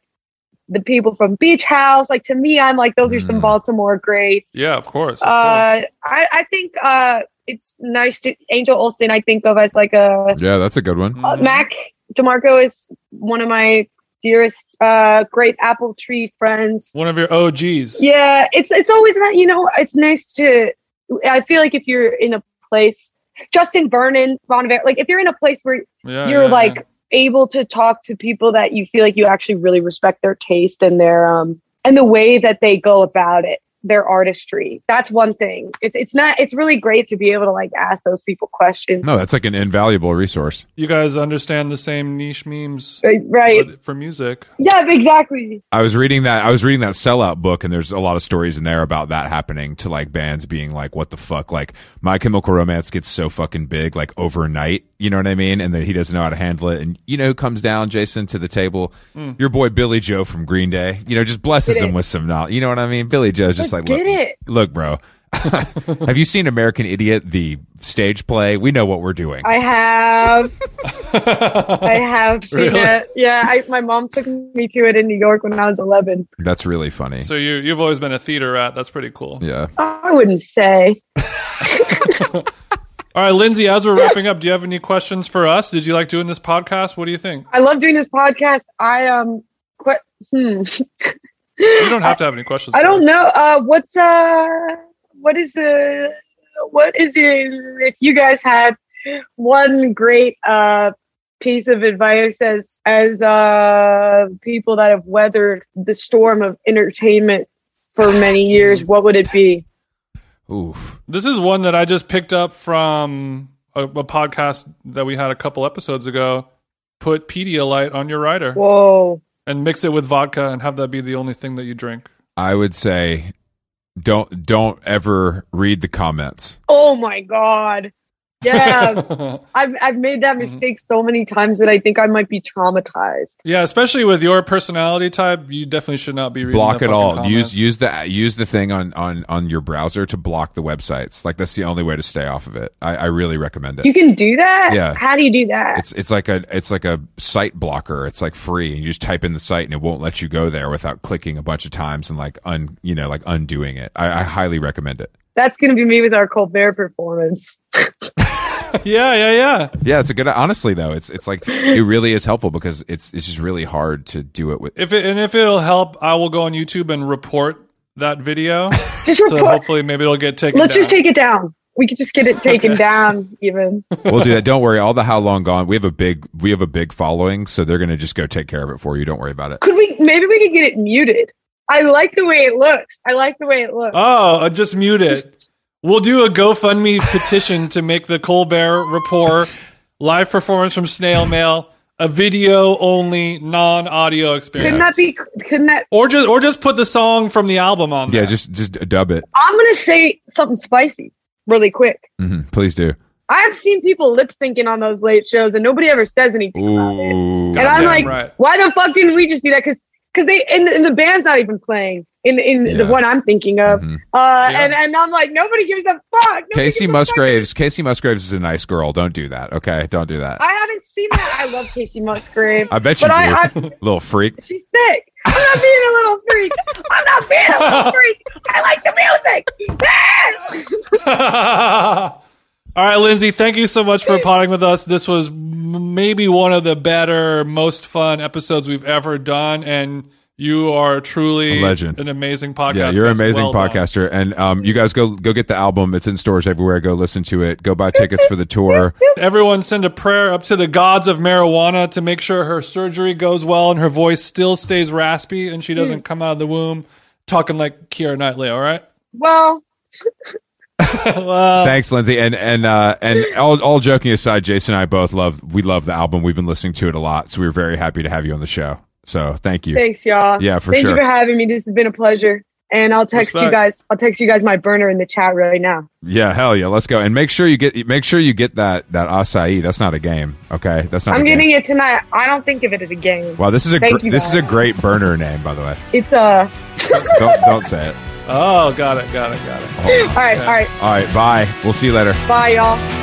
D: the people from Beach House. Like to me, I'm like those are some
B: Mm.
D: Baltimore greats.
A: Yeah, of course. Of
D: Uh,
A: course.
D: I, I think uh, it's nice to Angel Olsen. I think of as like a
B: Yeah, that's a good one.
D: uh,
A: Mhm.
D: Mac DeMarco is one of my dearest, uh, great apple tree friends.
A: One of your OGs.
D: Yeah, it's it's always that you know. It's nice to. I feel like if you're in a place, Justin Vernon, Von Ver, like if you're in a place where
A: Yeah,
D: you're
A: Oh, yeah,
D: like
A: yeah.
D: able to talk to people that you feel like you actually really respect their taste and their um and the way that they go about it their artistry that's one thing it's it's not it's really great to be able to like ask those people questions
B: No, that's like an invaluable resource.
A: you guys understand the same niche memes
D: right, right.
A: but for music.
D: yeah exactly
B: I was reading that I was reading that sellout book and there's a lot of stories in there about that happening to like bands being like what the fuck like My Chemical Romance gets so fucking big like overnight, you know what I mean? And then he doesn't know how to handle it and you know who comes down Jason to the table. Your boy Billy Joe from Green Day, you know, just blesses
D: Mm. Get it.
B: him with some knowledge. You know what I mean? Billy Joe's just like
D: get
B: look,
D: it
B: look, bro. Have you seen American Idiot the stage play? We know what we're doing.
D: i have i have seen
A: Really?
D: it yeah I, my mom took me to it in new york when i was 11
B: That's really funny.
A: So you you've always been a theater rat. That's pretty cool.
B: yeah.
D: i wouldn't say
A: All right, Lindsay, as we're wrapping up, do you have any questions for us? Did you like doing this podcast? What do you think?
D: i love doing this podcast i um quit hmm
A: You don't have to have any questions.
D: I
A: for
D: don't
A: us.
D: know. Uh, what's uh, what is the, what is the, if you guys had one great uh piece of advice as as uh people that have weathered the storm of entertainment for many years,
B: Mm.
D: what would it be?
B: Oof.
A: This is one that I just picked up from a, a podcast that we had a couple episodes ago. Put Pedialyte on your rider
D: Whoa.
A: and mix it with vodka and have that be the only thing that you drink.
B: I would say don't don't ever read the comments.
D: Oh my god. Yeah,
A: Yeah.
D: I've I've
B: Mm-hmm.
D: made that mistake so many times that I think I might be traumatized.
A: especially with your personality type, you definitely should not be reading
B: block
A: the
B: it
A: fucking
B: all.
A: comments.
B: Use use the use the thing on on on your browser to block the websites. Like that's the only way to stay off of it. I, I really recommend
D: You
B: it.
D: can do that?
B: Yeah.
D: How do you do that?
B: It's it's like a it's like a site blocker. It's like free, and you just type in the site, and it won't let you go there without clicking a bunch of times and like un you know like undoing it. I, I highly recommend it.
D: That's gonna be me with our Colbert performance.
A: yeah, yeah, yeah.
B: Yeah, it's a good. Honestly, though, it's it's like it really is helpful because it's it's just really hard to do it with.
A: If it, and if it'll help, I will go on YouTube and report that video.
D: Just
A: so
D: report.
A: hopefully, maybe it'll get taken.
D: Let's just
A: down.
D: take it down. We could just get it taken down, even.
B: we'll do that. Don't worry. All the how long gone. We have a big we have a big following, so they're gonna just go take care of it for you. Don't worry about it.
D: Could we? Maybe we could get it muted. I like the way it looks. I like the way it looks.
A: Oh, uh, just mute it. We'll do a GoFundMe petition to make the Colbert Report live performance from Snail Mail a video only, non audio experience.
D: couldn't that be? Couldn't that?
A: or just or just put the song from the album on there.
B: Yeah, just just dub it.
D: I'm gonna say something spicy really quick.
B: hmm Please do.
D: I have seen people lip syncing on those late shows, and nobody ever says anything about it.
B: Ooh.
D: And I'm
A: Goddamn
D: like,
A: right.
D: why the fuck didn't we just do that? Because because they and, and the band's not even playing in in the
B: Yeah.
D: one I'm thinking of.
B: Mhm.
D: Uh,
A: Yeah.
D: and and I'm like, nobody gives a fuck. Nobody
B: Casey
D: gives a fuck.
B: Musgraves. Casey Musgraves is a nice girl. Don't do that. Okay, don't do that. I,
D: I haven't seen that. I love Casey Musgrave.
B: bet you do.
D: but I, I
B: Little freak.
D: she's sick. I'm not being a little freak. I'm not being a little freak. I like the music.
A: All right, Lindsay, thank you so much for potting with us. This was m- maybe one of the better, most fun episodes we've ever done, and You are truly
B: A legend.
A: an amazing podcaster.
B: Yeah, you're an
A: That's
B: amazing
A: well done.
B: podcaster, and um, you guys go go get the album. It's in stores everywhere. Go listen to it. Go buy tickets for the tour.
A: Everyone send a prayer up to the gods of marijuana to make sure her surgery goes well and her voice still stays raspy and she doesn't come out of the womb talking like Keira Knightley, all right?
D: Well, Oh.
A: well,
B: Thanks, Lindsay, and and uh, and all, all joking aside, Jason and I both love we love the album. We've been listening to it a lot, so we are very happy to have you on the show. So thank you.
D: thanks, y'all.
B: Yeah, for
D: Thank
B: sure.
D: you for having me. This has been a pleasure. And I'll text you
A: Respect.
D: guys. I'll text you guys my burner in the chat right now.
B: Yeah, hell yeah, let's go. And make sure you get make sure you get that that acai. That's not a game, okay? That's not.
D: I'm
B: a game.
D: getting it tonight. I don't think of it as a game.
B: Wow, this is a
D: Thank
B: gr-
D: you,
B: this is a
D: guys.
B: great burner name, by the way.
D: It's uh, a.
B: Don't don't say it.
A: oh, got it, got it, got it.
D: All right, all right.
B: All right, bye. We'll see you later.
D: Bye, y'all.